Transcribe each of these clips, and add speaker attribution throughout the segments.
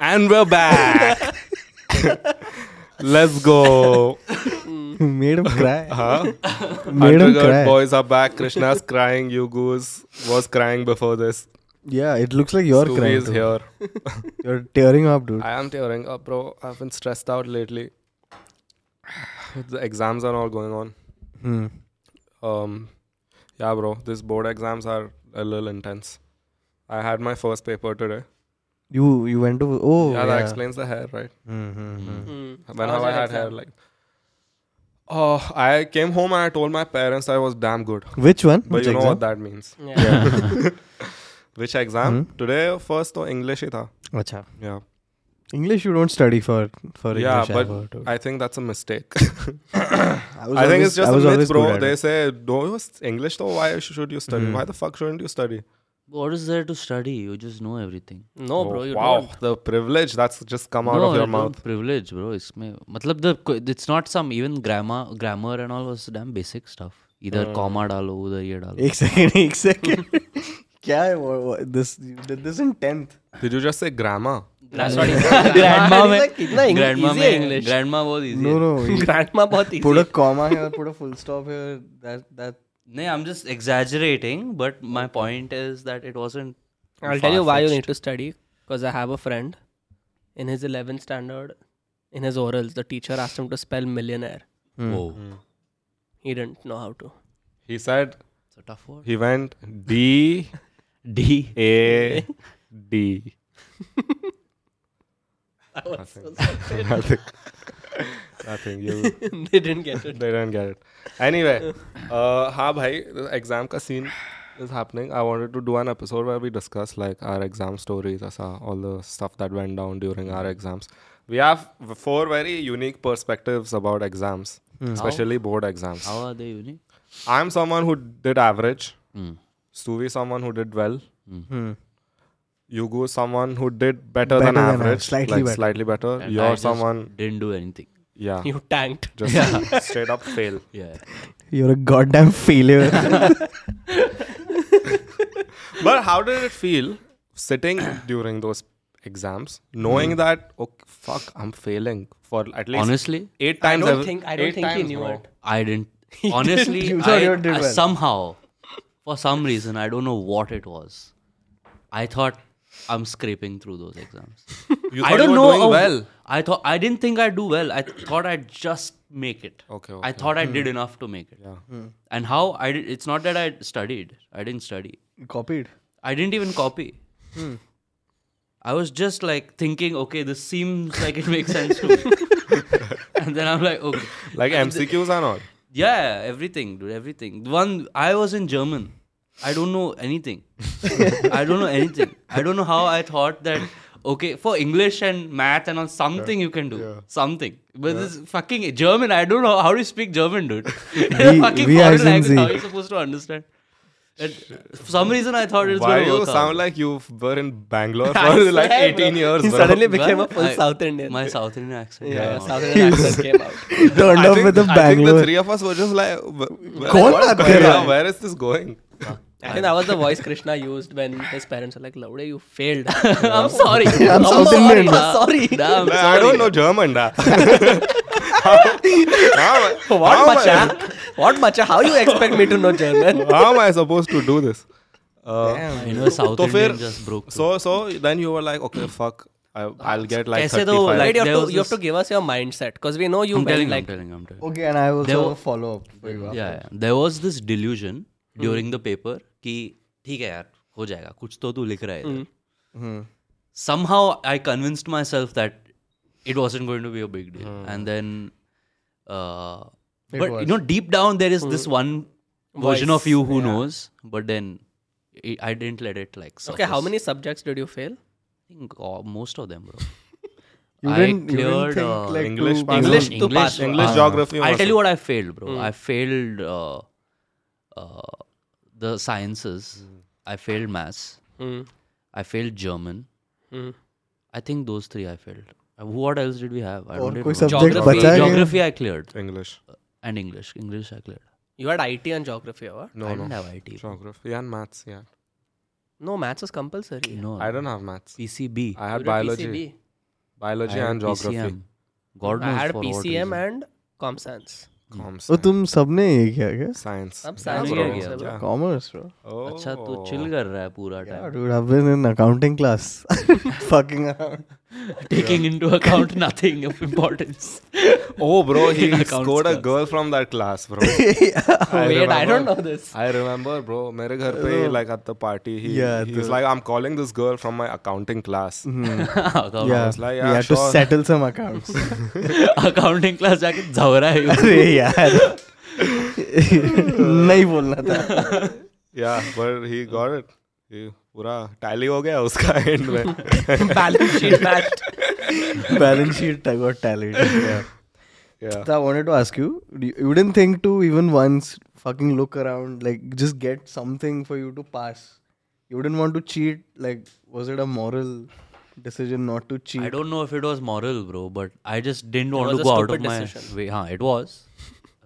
Speaker 1: And we're back. Let's go.
Speaker 2: Made him cry.
Speaker 1: Huh?
Speaker 2: Made him
Speaker 1: Undergird
Speaker 2: cry.
Speaker 1: boys are back. Krishna's crying. You goose was crying before this.
Speaker 2: Yeah, it looks like you're
Speaker 1: Suvi
Speaker 2: crying.
Speaker 1: is
Speaker 2: too.
Speaker 1: here.
Speaker 2: You're tearing up, dude.
Speaker 1: I am tearing up, bro. I've been stressed out lately. the exams are all going on.
Speaker 2: Hmm.
Speaker 1: Um, yeah, bro. These board exams are a little intense. I had my first paper today.
Speaker 2: You you went to oh Hmm,
Speaker 1: yeah, that explains the hair, right? When
Speaker 3: How was
Speaker 1: have I
Speaker 3: your
Speaker 1: had hair
Speaker 3: exam?
Speaker 1: like? Oh, I came home and I told my parents I was damn good.
Speaker 2: Which one?
Speaker 1: Hmm. But
Speaker 2: Which
Speaker 1: you know
Speaker 2: exam?
Speaker 1: what that means.
Speaker 3: Yeah.
Speaker 1: Which exam?
Speaker 2: Hmm?
Speaker 1: Today first तो English ही था.
Speaker 2: Acha.
Speaker 1: Yeah.
Speaker 2: English you don't study for for
Speaker 1: yeah,
Speaker 2: English.
Speaker 1: but
Speaker 2: hour, dude.
Speaker 1: I think that's a mistake.
Speaker 2: I, was
Speaker 1: I think
Speaker 2: always-
Speaker 1: it's just
Speaker 2: I was
Speaker 1: a myth,
Speaker 2: always good
Speaker 1: bro.
Speaker 2: at
Speaker 1: They
Speaker 2: it.
Speaker 1: say, "No, you s- English, though. Why should you study?
Speaker 2: Hmm.
Speaker 1: Why the fuck shouldn't you study?"
Speaker 4: What is there to study? You just know everything.
Speaker 3: No, bro, you
Speaker 1: wow,
Speaker 3: don't.
Speaker 1: the privilege that's just come out
Speaker 4: no,
Speaker 1: of your
Speaker 4: I don't
Speaker 1: mouth.
Speaker 4: Privilege, bro. इसमें मतलब the it's not some even grammar grammar and all was damn basic stuff. इधर comma डालो उधर ये डालो.
Speaker 2: एक second, एक second. क्या है वो- वो- this you did this in 10th.
Speaker 1: Did you just say grammar?
Speaker 3: Sorry.
Speaker 4: grandma में
Speaker 3: Like, इतना Eng-
Speaker 4: grandma
Speaker 3: easy
Speaker 4: में
Speaker 3: है English.
Speaker 4: grandma बहुत easy.
Speaker 2: No,
Speaker 4: है.
Speaker 2: no. you
Speaker 3: Grandma बहुत easy.
Speaker 2: Put a comma here, put a full stop here. That that
Speaker 4: नहीं, I'm just exaggerating, but my point is that it wasn't.
Speaker 3: I'll tell you why you need to study. Because I have a friend in his 11th standard, in his orals, the teacher asked him to spell millionaire.
Speaker 4: Whoa,
Speaker 3: He didn't know how to.
Speaker 1: He said
Speaker 4: it's a tough word.
Speaker 1: he went D
Speaker 4: D.
Speaker 1: A D. Nothing. Nothing. Nothing. You.
Speaker 3: they didn't get it.
Speaker 1: they didn't get it. Anyway, uh, ha, bhai, the exam ka scene is happening. I wanted to do an episode where we discuss like our exam stories, asa, all the stuff that went down during our exams. We have v- four very unique perspectives about exams,
Speaker 4: Hmm.
Speaker 1: especially board exams.
Speaker 4: How are they unique?
Speaker 1: I'm someone who did average.
Speaker 4: Mm.
Speaker 1: Suvi, someone who did well.
Speaker 2: Hmm.
Speaker 1: Yugo, someone who did better,
Speaker 2: Better
Speaker 1: than
Speaker 2: than
Speaker 1: average,
Speaker 2: average, slightly
Speaker 1: like
Speaker 2: better.
Speaker 1: slightly better.
Speaker 4: And I
Speaker 1: You're
Speaker 4: just
Speaker 1: someone,
Speaker 4: didn't do anything.
Speaker 1: yeah,
Speaker 3: You tanked.
Speaker 1: just straight up fail.
Speaker 4: Yeah.
Speaker 2: you're a goddamn failure.
Speaker 1: but how did it feel sitting during those exams, knowing that okay, fuck, I'm failing for at least
Speaker 4: Honestly,
Speaker 1: eight
Speaker 3: I
Speaker 1: times.
Speaker 3: don't
Speaker 1: ev-
Speaker 3: think I don't
Speaker 1: eight
Speaker 3: think he
Speaker 1: times,
Speaker 3: knew
Speaker 1: bro.
Speaker 3: it.
Speaker 4: I didn't. honestly,
Speaker 2: You
Speaker 4: I,
Speaker 2: thought you did
Speaker 4: I-
Speaker 2: well.
Speaker 4: somehow, for some reason, I don't know what it was. I thought I'm scraping through those exams.
Speaker 1: You
Speaker 4: I
Speaker 1: thought
Speaker 4: don't
Speaker 1: you were
Speaker 4: know. oh.
Speaker 1: doing
Speaker 4: how-
Speaker 1: well.
Speaker 4: I thought I didn't think I'd do well. I thought I'd just make it.
Speaker 1: Okay,
Speaker 4: I
Speaker 1: okay.
Speaker 4: thought I did enough to make it.
Speaker 1: Yeah.
Speaker 4: And how I did, it's not that I studied. I didn't study.
Speaker 2: Copied.
Speaker 4: I didn't even copy. I was just like thinking, okay, this seems like it makes sense to me. and then I'm like, okay.
Speaker 1: Like MCQs and all.
Speaker 4: Yeah, everything, dude, everything. The One, I was in German. I don't know anything. I don't know anything. I don't know how I thought that. Okay, for English and math and all, something you can do, something. But this fucking German, I don't know how do you speak German, dude. In a
Speaker 2: We-
Speaker 4: fucking
Speaker 2: we
Speaker 4: foreign
Speaker 2: as in
Speaker 4: language,
Speaker 2: Z.
Speaker 4: how are you supposed to understand? And for some reason, I thought it was
Speaker 1: Why
Speaker 4: going to
Speaker 1: you
Speaker 4: work
Speaker 1: sound
Speaker 4: out.
Speaker 1: like you were in Bangalore
Speaker 3: I
Speaker 1: for like
Speaker 3: swear,
Speaker 1: 18
Speaker 3: bro.
Speaker 1: years,
Speaker 3: He
Speaker 1: bro?
Speaker 3: suddenly became a
Speaker 4: Well,
Speaker 3: full
Speaker 4: I-
Speaker 3: South Indian.
Speaker 4: my South Indian accent.
Speaker 3: yeah, yeah,
Speaker 4: came out.
Speaker 3: South Indian accent came out.
Speaker 2: Turned
Speaker 1: I
Speaker 2: up
Speaker 1: think,
Speaker 2: with a
Speaker 1: I think the
Speaker 2: Bangalore.
Speaker 1: three of us were just like, wh- where,
Speaker 2: कौन
Speaker 1: what's
Speaker 2: बात कर
Speaker 1: going
Speaker 2: रहा
Speaker 1: on?
Speaker 2: है?
Speaker 1: where is this going?
Speaker 3: I think that was the voice Krishna used when his parents were like, Laude, you failed. I'm sorry. I'm,
Speaker 2: South
Speaker 3: sorry.
Speaker 2: Indian.
Speaker 3: I'm sorry.
Speaker 4: Damn,
Speaker 1: Like, I
Speaker 4: sorry.
Speaker 1: don't know German, da. how, how,
Speaker 3: What
Speaker 1: how am I-
Speaker 3: bacha? What bacha? How you expect me to know German?
Speaker 1: how am I supposed to do this? Uh,
Speaker 4: You know, South
Speaker 1: तो
Speaker 4: Indian
Speaker 1: फिर-
Speaker 4: just broke. through.
Speaker 1: So so then you were like, okay, fuck, I, I'll get like
Speaker 4: कैसे तो
Speaker 1: 35.
Speaker 4: like-
Speaker 3: Right, you
Speaker 4: there
Speaker 3: have,
Speaker 4: was
Speaker 3: to, you have to
Speaker 4: this-
Speaker 3: give us your mindset because we know you
Speaker 4: I'm
Speaker 3: well,
Speaker 4: telling, you, I'm
Speaker 3: like
Speaker 4: telling, you, I'm telling. you.
Speaker 2: Okay, and I also
Speaker 4: There
Speaker 2: have
Speaker 4: were-
Speaker 2: a follow up for you.
Speaker 4: yeah, yeah. there was this delusion during the paper कि ठीक है यार हो जाएगा कुछ तो तू लिख रहा है इधर."
Speaker 2: Mm-hmm.
Speaker 4: somehow I convinced myself that it wasn't going to be a big deal
Speaker 2: Mm-hmm.
Speaker 4: and then uh, but you know deep down there is
Speaker 2: Mm-hmm.
Speaker 4: this one version of you who knows but then I I didn't let it like
Speaker 3: okay how
Speaker 4: surface.
Speaker 3: many subjects did you fail
Speaker 4: I think all- most of them bro
Speaker 2: You
Speaker 4: I
Speaker 2: didn't, you
Speaker 4: cleared,
Speaker 2: didn't think
Speaker 4: uh,
Speaker 2: like
Speaker 1: English
Speaker 2: to-
Speaker 1: pass
Speaker 3: English to pass.
Speaker 1: English
Speaker 4: uh,
Speaker 1: geography
Speaker 4: I'll
Speaker 1: was-
Speaker 4: tell you what I failed,
Speaker 1: Hmm.
Speaker 4: bro. I failed uh, uh, the sciences.
Speaker 1: Hmm.
Speaker 4: I failed maths.
Speaker 3: Mm.
Speaker 4: I failed German.
Speaker 3: Mm.
Speaker 4: I think those three I failed. Uh, what else did we have? I
Speaker 2: और
Speaker 4: don't
Speaker 2: कोई
Speaker 4: remember.
Speaker 2: subject
Speaker 3: Geography-
Speaker 2: बचा है क्या?
Speaker 4: Geography I cleared
Speaker 1: English.
Speaker 4: and English. English I cleared.
Speaker 3: you had it and geography or what?
Speaker 1: No
Speaker 4: I
Speaker 1: no.
Speaker 4: didn't have IT.
Speaker 1: Geography and maths. Yeah.
Speaker 3: no maths is compulsory
Speaker 4: No,
Speaker 1: I don't have maths.
Speaker 4: PCB.
Speaker 1: I had
Speaker 3: You did
Speaker 1: biology.
Speaker 3: PCB.
Speaker 1: biology and geography
Speaker 4: god
Speaker 3: I had
Speaker 4: nose for what
Speaker 3: PCM and Com Science.
Speaker 1: Com
Speaker 2: तो
Speaker 1: science.
Speaker 2: तुम सबने ये किया क्या
Speaker 1: science
Speaker 3: अब science
Speaker 4: bro,
Speaker 3: हो गया
Speaker 4: yeah.
Speaker 3: सब.
Speaker 1: Yeah.
Speaker 2: Commerce bro
Speaker 1: oh.
Speaker 4: अच्छा तो चिल कर रहा है पूरा time
Speaker 2: dude i've been in accounting class fucking around
Speaker 4: taking into account nothing of importance
Speaker 1: oh bro he
Speaker 4: In accounts
Speaker 1: scored a
Speaker 4: class.
Speaker 1: girl from that class bro I
Speaker 3: Wait, I don't
Speaker 1: remember-
Speaker 3: know this.
Speaker 1: I remember, bro. Mere ghar pe, like at the party, he,
Speaker 2: Yeah,
Speaker 1: he's
Speaker 2: the-
Speaker 1: like, I'm calling this girl from my accounting class.
Speaker 2: yeah
Speaker 1: was like,
Speaker 2: we
Speaker 1: yeah,
Speaker 2: had to
Speaker 1: sure.
Speaker 2: settle some accounts
Speaker 4: accounting class जाके झवरा है
Speaker 2: अरे यार नहीं बोलना था
Speaker 1: Yeah, but he got it. He पूरा tally हो गया उसका end में.
Speaker 3: Balance sheet matched.
Speaker 2: Balance sheet I got talent
Speaker 1: Yeah.
Speaker 2: So I wanted to ask you, do you, you didn't think to even once fucking look around, like just get something for you to pass. You didn't want to cheat. Like, was it a moral decision not to
Speaker 4: I
Speaker 2: cheat?
Speaker 4: don't know if it was moral, bro, but I just didn't
Speaker 3: was
Speaker 4: want to
Speaker 3: a
Speaker 4: go out of
Speaker 3: stupid
Speaker 4: my
Speaker 3: decision.
Speaker 4: way. Huh, it was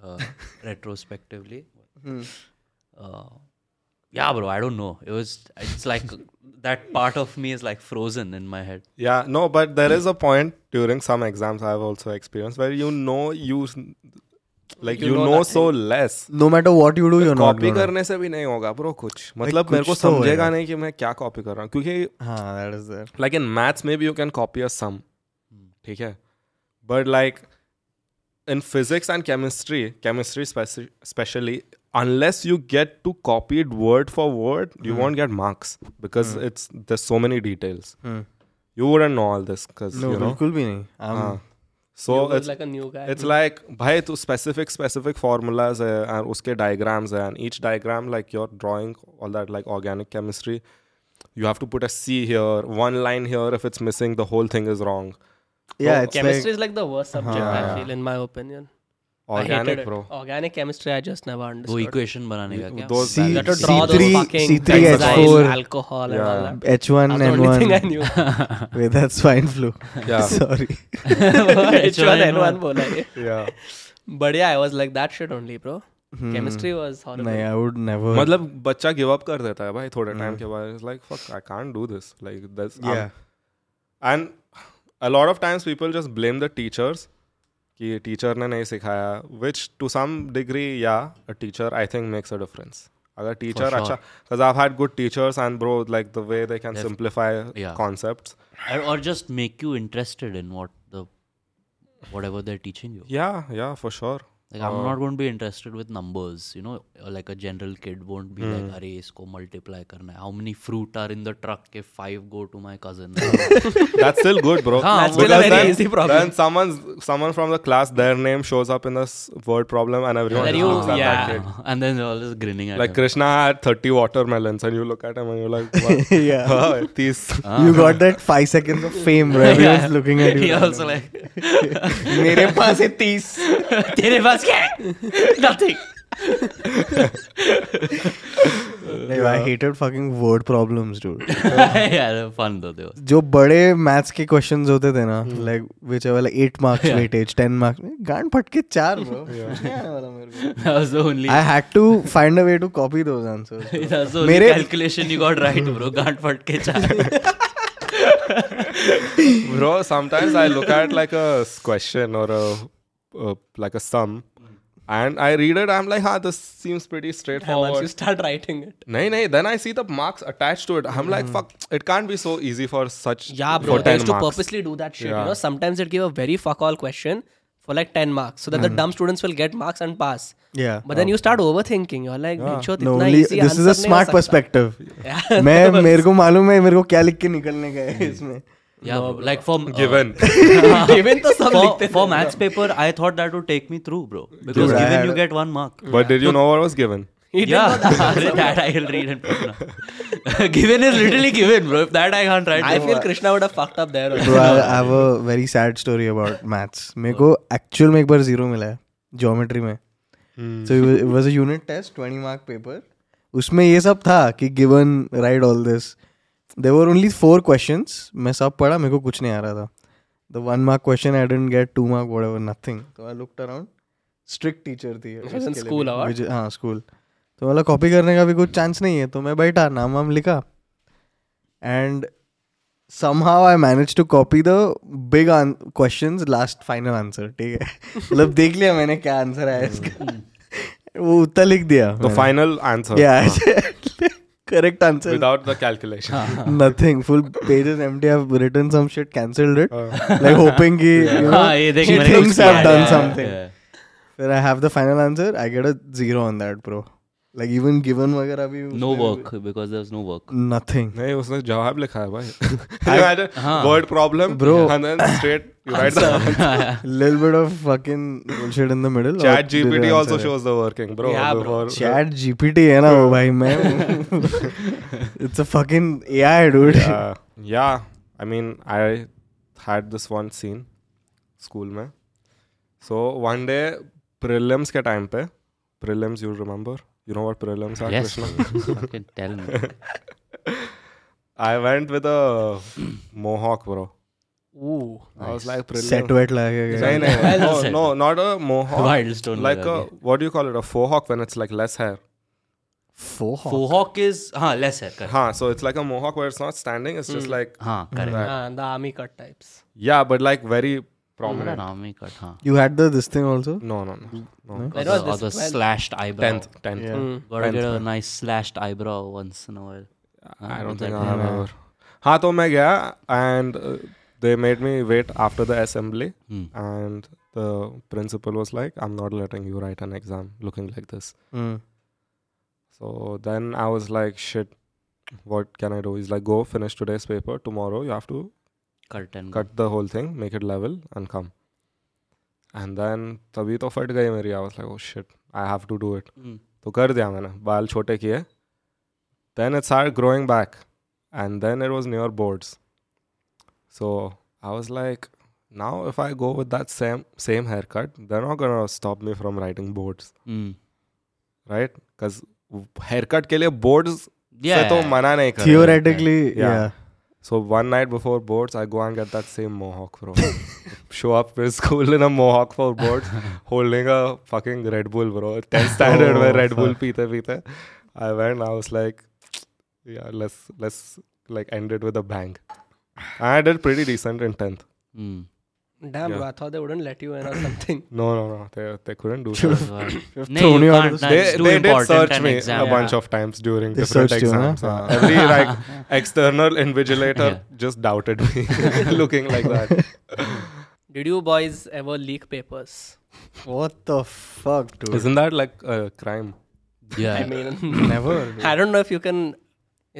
Speaker 4: uh, retrospectively. Uh, yeah, bro. I don't know. It was. It's like that part of me is like frozen in my head.
Speaker 1: Yeah, no, but there is a point during some exams I've also experienced where you know you s- like you,
Speaker 3: know
Speaker 1: know
Speaker 3: that
Speaker 1: so less.
Speaker 2: No matter what you do, you're not.
Speaker 1: Copy
Speaker 2: Gonna.
Speaker 1: करने से भी नहीं होगा bro कुछ मतलब
Speaker 2: कुछ
Speaker 1: मेरे को
Speaker 2: तो होएगा।
Speaker 1: समझेगा नहीं कि मैं क्या कॉपी कर रहा हूँ क्योंकि
Speaker 2: हाँ, that is there.
Speaker 1: like in maths maybe you can copy a sum ठीक है but like in physics and chemistry chemistry speci- especially unless you get to copy it word for word you won't get marks because it's there's so many details you wouldn't know all this because
Speaker 2: No,
Speaker 1: you know
Speaker 2: बिल्कुल भी नहीं. Um, I'm,
Speaker 1: हाँ. so
Speaker 3: He was
Speaker 1: it's
Speaker 3: like a new guy.
Speaker 1: it's like भाई तू specific specific formulas है and उसके diagrams है and each diagram like you're drawing all that like organic chemistry you have to put a C here one line here if it's missing the whole thing is wrong
Speaker 2: yeah, it's
Speaker 3: chemistry
Speaker 2: like
Speaker 3: is like the worst subject I feel in my opinion. I hated
Speaker 1: organic
Speaker 3: it.
Speaker 1: bro
Speaker 3: Organic chemistry I just never
Speaker 4: वो
Speaker 3: understood.
Speaker 4: equation बनाने का क्या?
Speaker 1: those
Speaker 2: C-
Speaker 3: You had to
Speaker 1: values.
Speaker 3: draw those
Speaker 2: C3
Speaker 3: fucking
Speaker 2: C3H4.
Speaker 3: hexyl, alcohol and all that.
Speaker 2: H1
Speaker 3: That's the only thing I
Speaker 2: N1.
Speaker 3: knew.
Speaker 2: Wait, that's swine flu.
Speaker 1: yeah
Speaker 2: Sorry.
Speaker 3: H1 N1
Speaker 4: H1N1.
Speaker 3: बोला ये.
Speaker 1: yeah
Speaker 3: But yeah, I was like that shit only, bro. Chemistry was horrible.
Speaker 2: नहीं, Hmm. I would never.
Speaker 1: मतलब बच्चा give up कर देता है भाई थोड़े
Speaker 3: Hmm.
Speaker 1: टाइम के बाद is like fuck I can't do this like this
Speaker 2: yeah.
Speaker 1: And a lot of times people just blame the teachers कि टीचर ने नहीं सिखाया विच टू सम डिग्री या a teacher I think makes a difference अगर teacher
Speaker 4: sure.
Speaker 1: अच्छा because I had good teachers and bro like the way they can simplify
Speaker 4: yeah.
Speaker 1: Concepts
Speaker 4: Or- Or just make you interested in what the whatever they're teaching you.
Speaker 1: या या for sure
Speaker 4: Like
Speaker 3: Uh.
Speaker 4: I'm not going to be interested with numbers, you know. uh, Like a general kid won't be like,
Speaker 3: Hmm.
Speaker 4: "अरे इसको multiply करना है. How many fruit are in the truck? If five go to my cousin."
Speaker 1: that's still good bro
Speaker 4: हाँ, That's still
Speaker 3: a
Speaker 1: Because
Speaker 3: very
Speaker 1: then-
Speaker 3: easy problem.
Speaker 1: then someone's someone from the class their name shows up in the s- word problem and everyone
Speaker 3: Then
Speaker 1: just
Speaker 3: you-
Speaker 1: looks at that
Speaker 3: yeah.
Speaker 1: kid
Speaker 4: Um, and then they're all just grinning at
Speaker 1: like
Speaker 4: him.
Speaker 1: krishna had 30 watermelons and you look at him and you're like what? Oh,
Speaker 2: Yeah.
Speaker 1: हाँ, 30
Speaker 2: You got that five seconds of fame where everyone's looking at you.
Speaker 4: He also like,
Speaker 2: मेरे पास है तीस
Speaker 4: तेरे पास क्या है? Nothing.
Speaker 2: नहीं I hated fucking word problems dude
Speaker 4: yeah, they're fun though they were.
Speaker 2: जो बड़े मैथ्स के क्वेश्चंस होते थे ना like whichever like 8 marks weightage 10 marks गांड फट के चार bro क्या आने वाला मेरे को
Speaker 4: That was the only.
Speaker 2: I had to find a way to copy those answers
Speaker 4: that was the only
Speaker 2: मेरे-
Speaker 4: calculation you got right, bro. Gant फट के चार.
Speaker 1: Bro, sometimes I look at like a s- question or a uh, like a sum, and I read it. I'm like, "Ha, this seems pretty
Speaker 3: And once you
Speaker 1: straightforward."
Speaker 3: start writing it.
Speaker 1: Nay, nay. Then I see the marks attached to it. I'm like, "Fuck, it can't be so easy for such
Speaker 3: Yeah,
Speaker 1: for
Speaker 3: bro. They
Speaker 1: 10
Speaker 3: used to
Speaker 1: marks."
Speaker 3: purposely do that shit. You
Speaker 1: Yeah.
Speaker 3: know, sometimes they'd give a very fuck all question for like 10 marks so that the dumb students will get marks and pass.
Speaker 2: या
Speaker 3: But then you start overthinking. You're like,
Speaker 2: no
Speaker 3: "Bicho, itna
Speaker 2: only
Speaker 3: easy
Speaker 2: this is
Speaker 3: answer
Speaker 2: a
Speaker 3: nahi ho
Speaker 2: smart
Speaker 3: sakta."
Speaker 2: Perspective
Speaker 3: Yeah.
Speaker 2: मैं मेरे को मालूम है मेरे को क्या लिख के निकलने का है इसमें
Speaker 4: Yeah, bro. like for uh,
Speaker 1: Given.
Speaker 3: Given तो सब
Speaker 4: for,
Speaker 3: लिखते
Speaker 4: for maths paper, I thought that would take me through, bro. Because
Speaker 2: Dude, I
Speaker 4: given
Speaker 2: had-
Speaker 4: you get one mark.
Speaker 1: but did you know what was given?
Speaker 4: yeah, that I'll read and put now. given is literally given, bro. If that I can't write,
Speaker 3: I
Speaker 4: then-
Speaker 3: feel Krishna would have fucked up there. also.
Speaker 2: Bro, I I have a very sad story about maths. मेरे को actual में एक बार zero मिला है geometry में
Speaker 3: Hmm.
Speaker 2: So it was a unit test 20 mark paper उसमें ये सब था कि given right all this there were only four questions मैं सब पढ़ा मेरे को कुछ नहीं आ रहा था the one mark question I didn't get to mark whatever nothing तो I looked around strict teacher थी
Speaker 3: was in school or what?
Speaker 2: मुझे हाँ स्कूल तो मतलब कॉपी करने का भी कुछ चांस नहीं है तो मैं बैठा नाम वाम लिखा and somehow I managed to copy the big an- questions last final answer ठीक है मतलब देख लिया मैंने क्या आंसर है इसका
Speaker 4: Hmm.
Speaker 2: वो उत्तर लिख दिया
Speaker 1: the final answer
Speaker 2: या correct answer
Speaker 1: without the calculation
Speaker 2: nothing full pages empty i've written some shit cancelled it
Speaker 1: Oh.
Speaker 2: like hoping ki you know
Speaker 4: हाँ, Ah, ये देख,
Speaker 2: she
Speaker 4: मैंने कुछ
Speaker 2: thinks
Speaker 4: किया
Speaker 2: i've
Speaker 4: है।
Speaker 2: done
Speaker 4: Yeah,
Speaker 2: something
Speaker 4: yeah.
Speaker 2: When I have the final answer, I get a zero on that, bro. Like even given वगैरह भी
Speaker 4: No
Speaker 2: उसमें
Speaker 4: work because there's no work.
Speaker 2: Nothing.
Speaker 1: नहीं उसने जवाब लिखा है भाई word problem
Speaker 2: Bro.
Speaker 1: straight you write the
Speaker 2: Little bit of fucking bullshit in the middle. और
Speaker 1: chat gpt
Speaker 2: तेरे
Speaker 1: also
Speaker 2: answer है.
Speaker 1: shows the working bro
Speaker 4: Yeah,
Speaker 1: The
Speaker 4: bro.
Speaker 1: word-
Speaker 2: Chat GPT है ना वो भाई मैं. It's a fucking AI, dude.
Speaker 1: yeah, Uh, yeah. I mean, I had this one scene school में. So one day prelims के time पे prelims you remember you know what prelims are
Speaker 4: yes.
Speaker 1: Krishna.
Speaker 4: Fucking tell me.
Speaker 1: I went with a mohawk bro.
Speaker 3: Ooh.
Speaker 1: I was like prelims.
Speaker 2: Set wet लगा के.
Speaker 1: नहीं, नहीं,
Speaker 4: Wild
Speaker 1: no,
Speaker 4: set.
Speaker 1: no, not a mohawk.
Speaker 4: Wildstone
Speaker 1: Like
Speaker 4: लगा
Speaker 1: a what do you call it? A fohawk when it's like less hair.
Speaker 2: Four.
Speaker 4: Fohawk is हाँ less hair. Correct.
Speaker 1: Huh, so it's like a mohawk where it's not standing. It's just like
Speaker 4: हाँ Hmm. correct.
Speaker 1: that.
Speaker 3: Ah, the army cut types.
Speaker 1: Yeah, but like very
Speaker 4: हमारा
Speaker 1: prominent.
Speaker 4: नाम ही cut हाँ.
Speaker 2: You had the this thing also.
Speaker 1: No, no,
Speaker 4: Hmm.
Speaker 1: no, no.
Speaker 3: When
Speaker 4: Or
Speaker 3: was
Speaker 4: the- or
Speaker 3: this?
Speaker 4: the
Speaker 3: 12?
Speaker 4: slashed eyebrow.
Speaker 1: Tenth, tenth.
Speaker 2: Yeah.
Speaker 3: Hmm.
Speaker 4: Gotta get a nice slashed eyebrow once in a while.
Speaker 1: I don't
Speaker 4: what's
Speaker 1: think
Speaker 4: that
Speaker 1: I have ever. हाँ तो मैं गया and uh, they made me wait after the assembly
Speaker 4: Hmm.
Speaker 1: and the principal was like I'm not letting you write an exam looking like this.
Speaker 2: Mm.
Speaker 1: So then I was like shit what can I do? He's like go finish today's paper tomorrow you have to
Speaker 4: Cut and
Speaker 1: cut the whole thing make it level and come. And then तभी तो फट गई मेरी I was like oh shit I have to do it.
Speaker 4: Mm.
Speaker 1: तो कर दिया मैंने बाल छोटे किए then it started growing back and then it was near boards so i was like now if i go with that same same haircut they're not gonna stop me from writing boards
Speaker 4: Mm.
Speaker 1: right because haircut के लिए boards
Speaker 4: Yeah.
Speaker 1: से तो मना नहीं कर
Speaker 2: Theoretically,
Speaker 1: Yeah.
Speaker 2: yeah.
Speaker 1: so one night before boards i go and get that same mohawk bro show up for school in a mohawk for boards holding a fucking red bull bro 10 standard where red bull peete peete i went i was like yeah let's let's like end it with a bang and i did pretty decent in 10th
Speaker 4: Mm.
Speaker 3: Damn, bro, I thought they wouldn't let you in or something.
Speaker 1: no no no they, they couldn't do that
Speaker 4: No, you
Speaker 2: you out of
Speaker 4: can't.
Speaker 2: the-
Speaker 4: nah,
Speaker 1: they,
Speaker 4: it's too
Speaker 1: they did
Speaker 4: important
Speaker 1: search
Speaker 4: an
Speaker 1: me
Speaker 4: exam.
Speaker 1: a bunch of times during
Speaker 2: They
Speaker 1: different
Speaker 2: searched you, huh?
Speaker 1: exams. uh, every like external invigilator just doubted me, looking like that.
Speaker 3: Did you boys ever leak papers?
Speaker 2: What the fuck, dude?
Speaker 1: Isn't that like a crime?
Speaker 4: Yeah.
Speaker 3: I mean,
Speaker 2: Never. dude.
Speaker 3: I don't know if you can.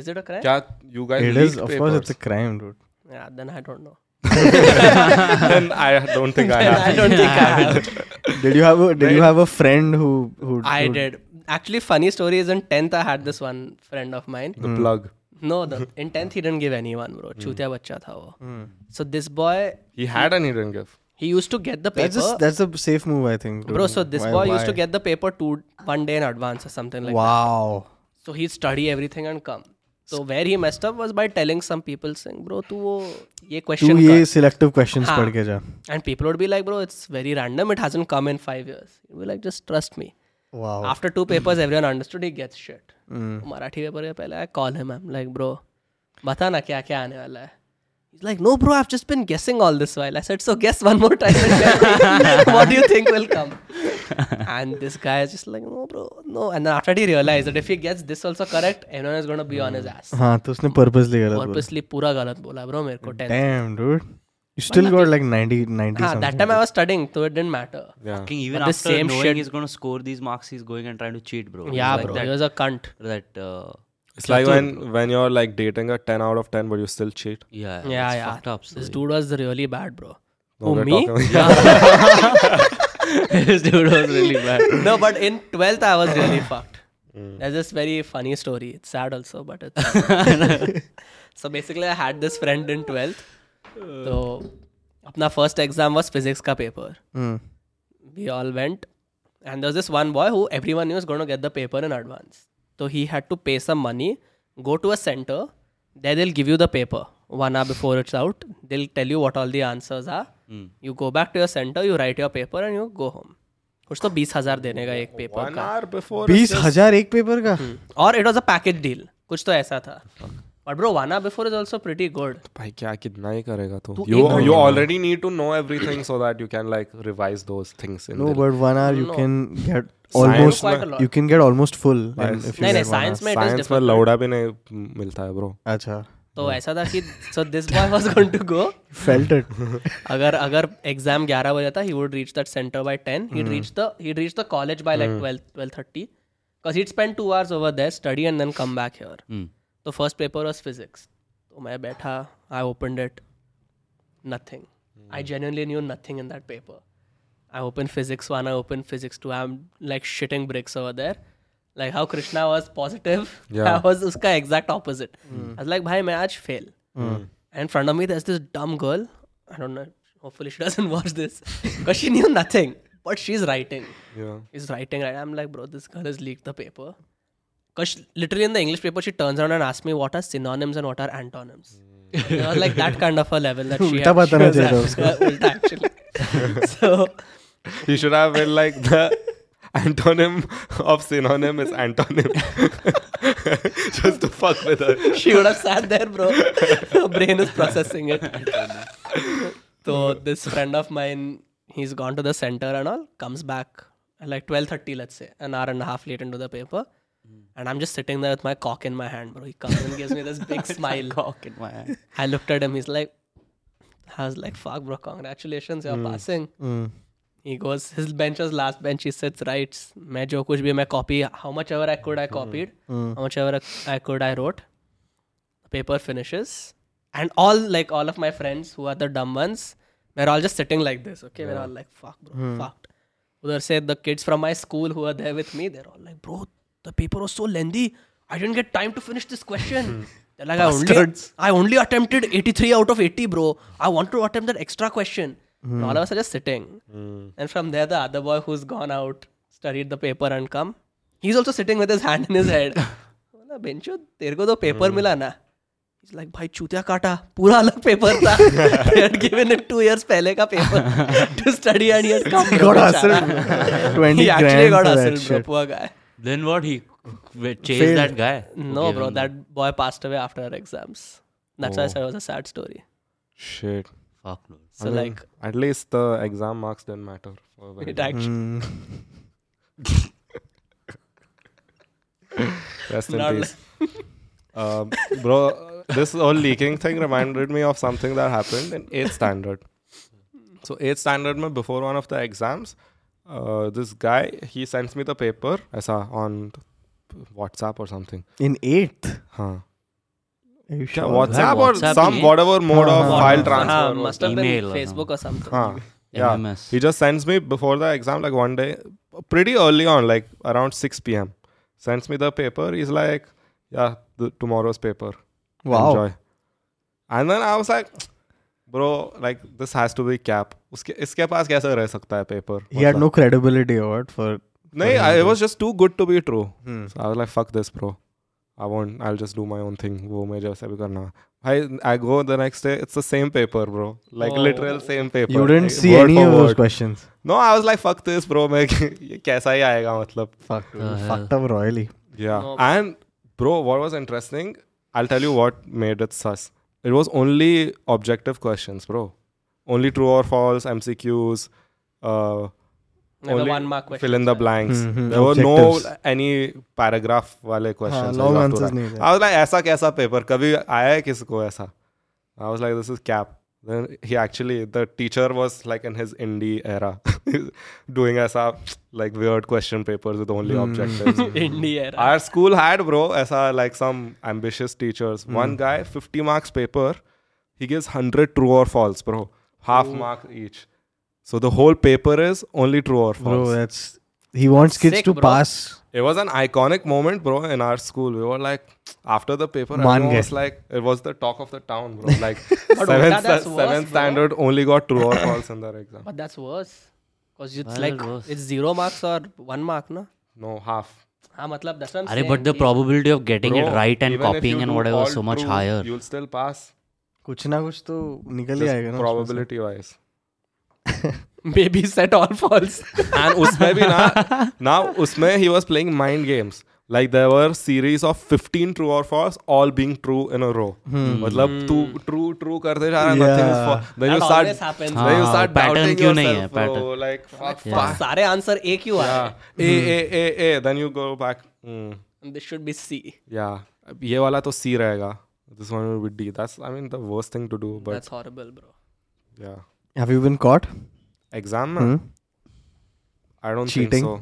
Speaker 3: Is it a crime?
Speaker 1: Kya you guys
Speaker 2: It
Speaker 1: leaked
Speaker 2: is. Of course, it's a
Speaker 1: papers?
Speaker 2: crime, dude.
Speaker 3: Yeah, then I don't know.
Speaker 1: then I don't think I
Speaker 3: I
Speaker 1: have.
Speaker 3: don't think I have.
Speaker 2: Did you have a Did you have a friend who who?
Speaker 3: I
Speaker 2: who-
Speaker 3: did. Actually, funny story is in 10th, I had this one friend of mine.
Speaker 1: The
Speaker 2: Hmm.
Speaker 1: plug.
Speaker 3: No, the, in 10th, he didn't give anyone, bro. Chutya bachcha tha wo. So this boy,
Speaker 1: He had and he didn't give.
Speaker 3: he used to get the paper.
Speaker 2: That's just that's a safe move, I think.
Speaker 3: Bro, so this
Speaker 2: Why-
Speaker 3: boy used
Speaker 2: why?
Speaker 3: to get the paper two one day in advance or something like that.
Speaker 2: wow.
Speaker 3: So he'd study everything and come. So where he messed up was by telling some people saying, bro, तू वो ये
Speaker 2: तू
Speaker 3: question
Speaker 2: ये
Speaker 3: कर.
Speaker 2: Selective questions
Speaker 3: हाँ.
Speaker 2: पढ़ के जा
Speaker 3: And people would be like, bro, it's very random. It hasn't come in five years. He'd be like, just trust me.
Speaker 2: Wow
Speaker 3: After two papers, everyone understood he gets shit. तो Marathi paper के पहले I call him I am like bro बता ना क्या क्या आने वाला है like no bro I have just been guessing all this while I said so guess one more time what do you think will come and this guy is just like no bro no and after he realize that if he gets this also correct everyone is gonna be on his ass
Speaker 2: हाँ तो उसने purposely गलत बोला
Speaker 3: purposely पूरा गलत बोला bro मेरे को 10
Speaker 2: damn dude you still got like 90 90
Speaker 3: हां that time I was studying तो it didn't matter
Speaker 1: Yeah.
Speaker 4: Fucking even
Speaker 3: But the
Speaker 4: after
Speaker 3: same
Speaker 4: knowing
Speaker 3: shit-
Speaker 4: he's gonna score these marks, he's going and trying to cheat, bro. He's
Speaker 3: या
Speaker 4: like
Speaker 3: bro
Speaker 4: that.
Speaker 3: He was a cunt
Speaker 4: that uh,
Speaker 1: It's like when when you're like dating a ten out of ten, but you still cheat.
Speaker 4: yeah,
Speaker 3: Yeah,
Speaker 4: it's
Speaker 3: yeah.
Speaker 4: fucked up. So
Speaker 3: this dude was really bad bro
Speaker 1: No,
Speaker 3: Who,
Speaker 1: we're
Speaker 3: me?
Speaker 1: talking-
Speaker 4: Oh, this dude was really bad.
Speaker 3: no, but in 12th, I was really fucked. There's this very funny story. It's sad also, but it's. so basically, I had this friend in 12th. So, अपना first exam was physics ka paper.
Speaker 2: Hmm.
Speaker 3: We all went, and there was this one boy who everyone knew was going to get the paper in advance. So he had to pay some money, go to a center. There they'll give you the paper one hour before it's out. They'll tell you what all the answers are. You go back to your center, you write your paper, and you go home. कुछ तो बीस हजार देने का एक paper
Speaker 1: One hour before.
Speaker 3: Hmm.
Speaker 2: बीस हजार एक पेपर का
Speaker 3: और it was a package deal कुछ तो ऐसा था But bro, Wana before is also pretty good.
Speaker 1: भाई क्या कितना ही करेगा तू
Speaker 3: तू
Speaker 1: यू
Speaker 3: एक
Speaker 1: you already need to know everything so that you can like revise those things in
Speaker 2: No, but one hour you
Speaker 3: No.
Speaker 2: can get
Speaker 1: Science
Speaker 2: almost
Speaker 3: Quite a lot.
Speaker 2: you can get almost full. in-
Speaker 1: Yes.
Speaker 2: if you
Speaker 3: नहीं नहीं
Speaker 2: get one
Speaker 3: science
Speaker 2: hour.
Speaker 3: में it is
Speaker 1: science में
Speaker 3: different.
Speaker 1: लौड़ा भी नहीं मिलता है bro
Speaker 2: अच्छा
Speaker 3: तो ऐसा था कि so this boy was going to go
Speaker 2: felt it.
Speaker 3: अगर अगर एग्जाम 11 बजे था he would reach that center by 10 he reach the he reach the college by like 12 12:30 cuz he'd spend 2 hours over there study and then come back here
Speaker 4: Hmm.
Speaker 3: तो first paper was physics तो मैं बैठा I opened it nothing I genuinely knew nothing in that paper I open physics one I open physics two I am like shitting bricks over there like how Krishna was positive
Speaker 1: Yeah.
Speaker 3: I was उसका exact opposite I like भाई मैं आज fail and front of me there's this dumb girl I don't know hopefully she doesn't watch this because she knew nothing but she is writing
Speaker 1: yeah
Speaker 3: is writing right i'm like bro this girl has leaked the paper because literally in the english paper she turns around and asks me what are synonyms and what are antonyms
Speaker 4: Hmm.
Speaker 3: And I was like that kind of a level that she
Speaker 2: उल्टा
Speaker 3: had- she
Speaker 2: बताना
Speaker 3: was
Speaker 2: चाहिए था
Speaker 3: at- yeah, उल्टा actually so
Speaker 1: He should have been like the antonym of synonym is antonym. Just to fuck with her.
Speaker 3: she would have sat there bro her brain is processing it so this friend of mine he's gone to the center and all comes back at like 12.30 let's say an hour and a half late into the paper
Speaker 4: Hmm.
Speaker 3: and i'm just sitting there with my cock in my hand bro he comes and gives me this big smile
Speaker 4: cock in my hand.
Speaker 3: I looked at him. He's like, I was like, fuck, bro, congratulations, you're passing.
Speaker 2: Mm.
Speaker 3: He goes, his bench was last bench. He sits, writes. मैं जो कुछ भी मैं copy, how much ever I could, I copied. How much ever I could, I wrote. The paper finishes. And all, like, all of my friends who are the dumb ones, we're all just sitting like this, okay? We're all like, fuck, bro, fucked. Udhar said the kids from my school who are there with me, they're all like, bro, the paper was so lengthy. I didn't get time to finish this question. They're like, I only, I only attempted 83 out of 80, bro. I want to attempt that extra question. And all of us are just sitting. And from there, the other boy who's gone out, studied the paper and come, he's also sitting with his hand in his head. बोला, "बेंचो, तेरे को तो paper मिला ना He's like, भाई चूतिया काटा पूरा अलग पेपर था They had given him two years पहले का paper to study and he had come
Speaker 2: He
Speaker 3: bro,
Speaker 2: got
Speaker 3: बेचारा.
Speaker 2: hustled. 20
Speaker 3: he actually
Speaker 2: grand
Speaker 3: got
Speaker 2: for that
Speaker 3: hustled bro
Speaker 2: shit.
Speaker 3: poor guy
Speaker 4: Then what? He chased
Speaker 2: Failed.
Speaker 4: that guy.
Speaker 3: no
Speaker 4: Okay,
Speaker 3: bro
Speaker 4: then-
Speaker 3: that boy passed away after our exams that's why I
Speaker 1: Oh.
Speaker 3: said it was a sad story
Speaker 1: Shit.
Speaker 4: Fuck no.
Speaker 3: so
Speaker 1: I mean,
Speaker 3: like
Speaker 1: at least the exam marks didn't matter. For very
Speaker 3: it
Speaker 1: long.
Speaker 3: actually
Speaker 2: Mm.
Speaker 1: Rest in
Speaker 3: Not
Speaker 1: peace. Um, bro, this whole leaking thing reminded me of something that happened in 8th standard. So, 8th standard, mein before one of the exams, uh, this guy, he sends me the paper aisa, on WhatsApp or something.
Speaker 2: In eighth.
Speaker 1: Huh.
Speaker 2: Are you
Speaker 1: क्या
Speaker 2: sure?
Speaker 1: WhatsApp or
Speaker 4: WhatsApp
Speaker 1: some
Speaker 4: ही है?
Speaker 1: whatever mode of
Speaker 2: हाँ,
Speaker 1: file
Speaker 2: हाँ,
Speaker 1: transfer.
Speaker 3: हाँ,
Speaker 1: was
Speaker 3: must have been
Speaker 4: Email or
Speaker 3: Facebook or something
Speaker 1: Huh. Yeah.
Speaker 4: MMS.
Speaker 1: He just sends me before the exam, like one day, pretty early on, like around 6 p.m. Sends me the paper. He's like, yeah, the, tomorrow's paper.
Speaker 2: Wow.
Speaker 1: Enjoy. And then I was like, bro, like this has to be cap. उसके इसके पास कैसे रह सकता है paper
Speaker 2: He had no credibility or what for
Speaker 1: नहीं I was just too good to be true
Speaker 2: Hmm.
Speaker 1: So I was like fuck this bro I want I will just do my own thing वो मैं जैसे भी करना भाई I go the next day it's the same paper bro like
Speaker 3: Oh.
Speaker 1: Literal same paper
Speaker 2: you didn't see any of those questions.
Speaker 1: No I was like fuck this bro मैं ये कैसा ही आएगा मतलब
Speaker 2: Fucked,
Speaker 4: The hell.
Speaker 2: fucked up royally.
Speaker 1: Yeah.
Speaker 3: No.
Speaker 1: And bro, what was interesting, I'll tell you what made it sus. It was only objective questions, bro. Only true or false, MCQs, uh,
Speaker 3: Like the one mark question.
Speaker 1: fill in the blanks.
Speaker 2: Mhm.
Speaker 1: There were no
Speaker 2: Objectives.
Speaker 1: any paragraph wale questions. that
Speaker 2: long
Speaker 1: you have to
Speaker 2: answers
Speaker 1: write.
Speaker 2: नहीं थे.
Speaker 1: I was like, ऐसा कैसा paper? कभी आया है किसको ऐसा? I was like, this is cap. Then he actually, the teacher was like in his indie era, doing ऐसा like weird question papers with only objectives.
Speaker 3: India era.
Speaker 1: Our school had, bro, aisa, like some ambitious teachers. One guy, 50 marks paper, he gives 100 true or false, bro. Half mark each. So the whole paper is only true or false.
Speaker 2: Bro, that's he wants kids
Speaker 3: Sick,
Speaker 2: to
Speaker 3: bro.
Speaker 2: pass.
Speaker 1: it was an iconic moment, bro, in our school. We were like, after the paper,
Speaker 2: Man
Speaker 1: everyone
Speaker 2: gay.
Speaker 1: was like, it was the talk of the town, bro. Like,
Speaker 3: Ulta,
Speaker 1: seventh,
Speaker 3: that's
Speaker 1: sta-
Speaker 3: worse,
Speaker 1: seventh
Speaker 3: bro.
Speaker 1: standard only got true or false in their exam.
Speaker 3: but that's worse because it's
Speaker 4: Why is
Speaker 3: like
Speaker 4: it worse?
Speaker 3: it's zero marks or one mark no
Speaker 1: No, half.
Speaker 3: हाँ मतलब that's what I'm
Speaker 4: Are
Speaker 3: saying
Speaker 4: but the
Speaker 3: कि-
Speaker 4: probability of getting
Speaker 1: Bro,
Speaker 4: it right and
Speaker 1: even if
Speaker 4: copying
Speaker 1: you
Speaker 4: and
Speaker 1: do
Speaker 4: whatever
Speaker 1: all
Speaker 4: is so much
Speaker 1: true,
Speaker 4: higher.
Speaker 1: You'll still pass.
Speaker 2: कुछ ना कुछ तो निकल ही
Speaker 1: Just
Speaker 2: आएगा ना उसमें से।
Speaker 1: probability wise.
Speaker 3: maybe set all false
Speaker 1: and उसमें भी ना ना उसमें ही was playing mind games Like there were series of 15 true or false, all being true in a row.
Speaker 3: Hmm.
Speaker 1: मतलब तू
Speaker 4: Hmm.
Speaker 1: true true करते जा रहा है, nothing is false. Then you
Speaker 3: That
Speaker 1: start
Speaker 3: always happens.
Speaker 1: then you
Speaker 4: हाँ,
Speaker 1: start
Speaker 4: pattern
Speaker 1: doubting
Speaker 4: क्यों नहीं है,
Speaker 1: yourself, bro.
Speaker 4: pattern.
Speaker 1: Like fuck,
Speaker 3: Fuck, सारे आंसर एक ही आ रहे
Speaker 1: yeah.
Speaker 2: Hmm.
Speaker 1: A A A A. Then you go back. Mm.
Speaker 3: हैं this should be C
Speaker 1: Yeah. अब ये वाला तो C रहेगा. This one will be D. That's I mean the worst thing to do, but
Speaker 3: that's horrible bro
Speaker 1: yeah.
Speaker 2: Have you been caught?
Speaker 1: Exam में?
Speaker 2: Hmm?
Speaker 1: I don't
Speaker 2: Cheating.
Speaker 1: think so.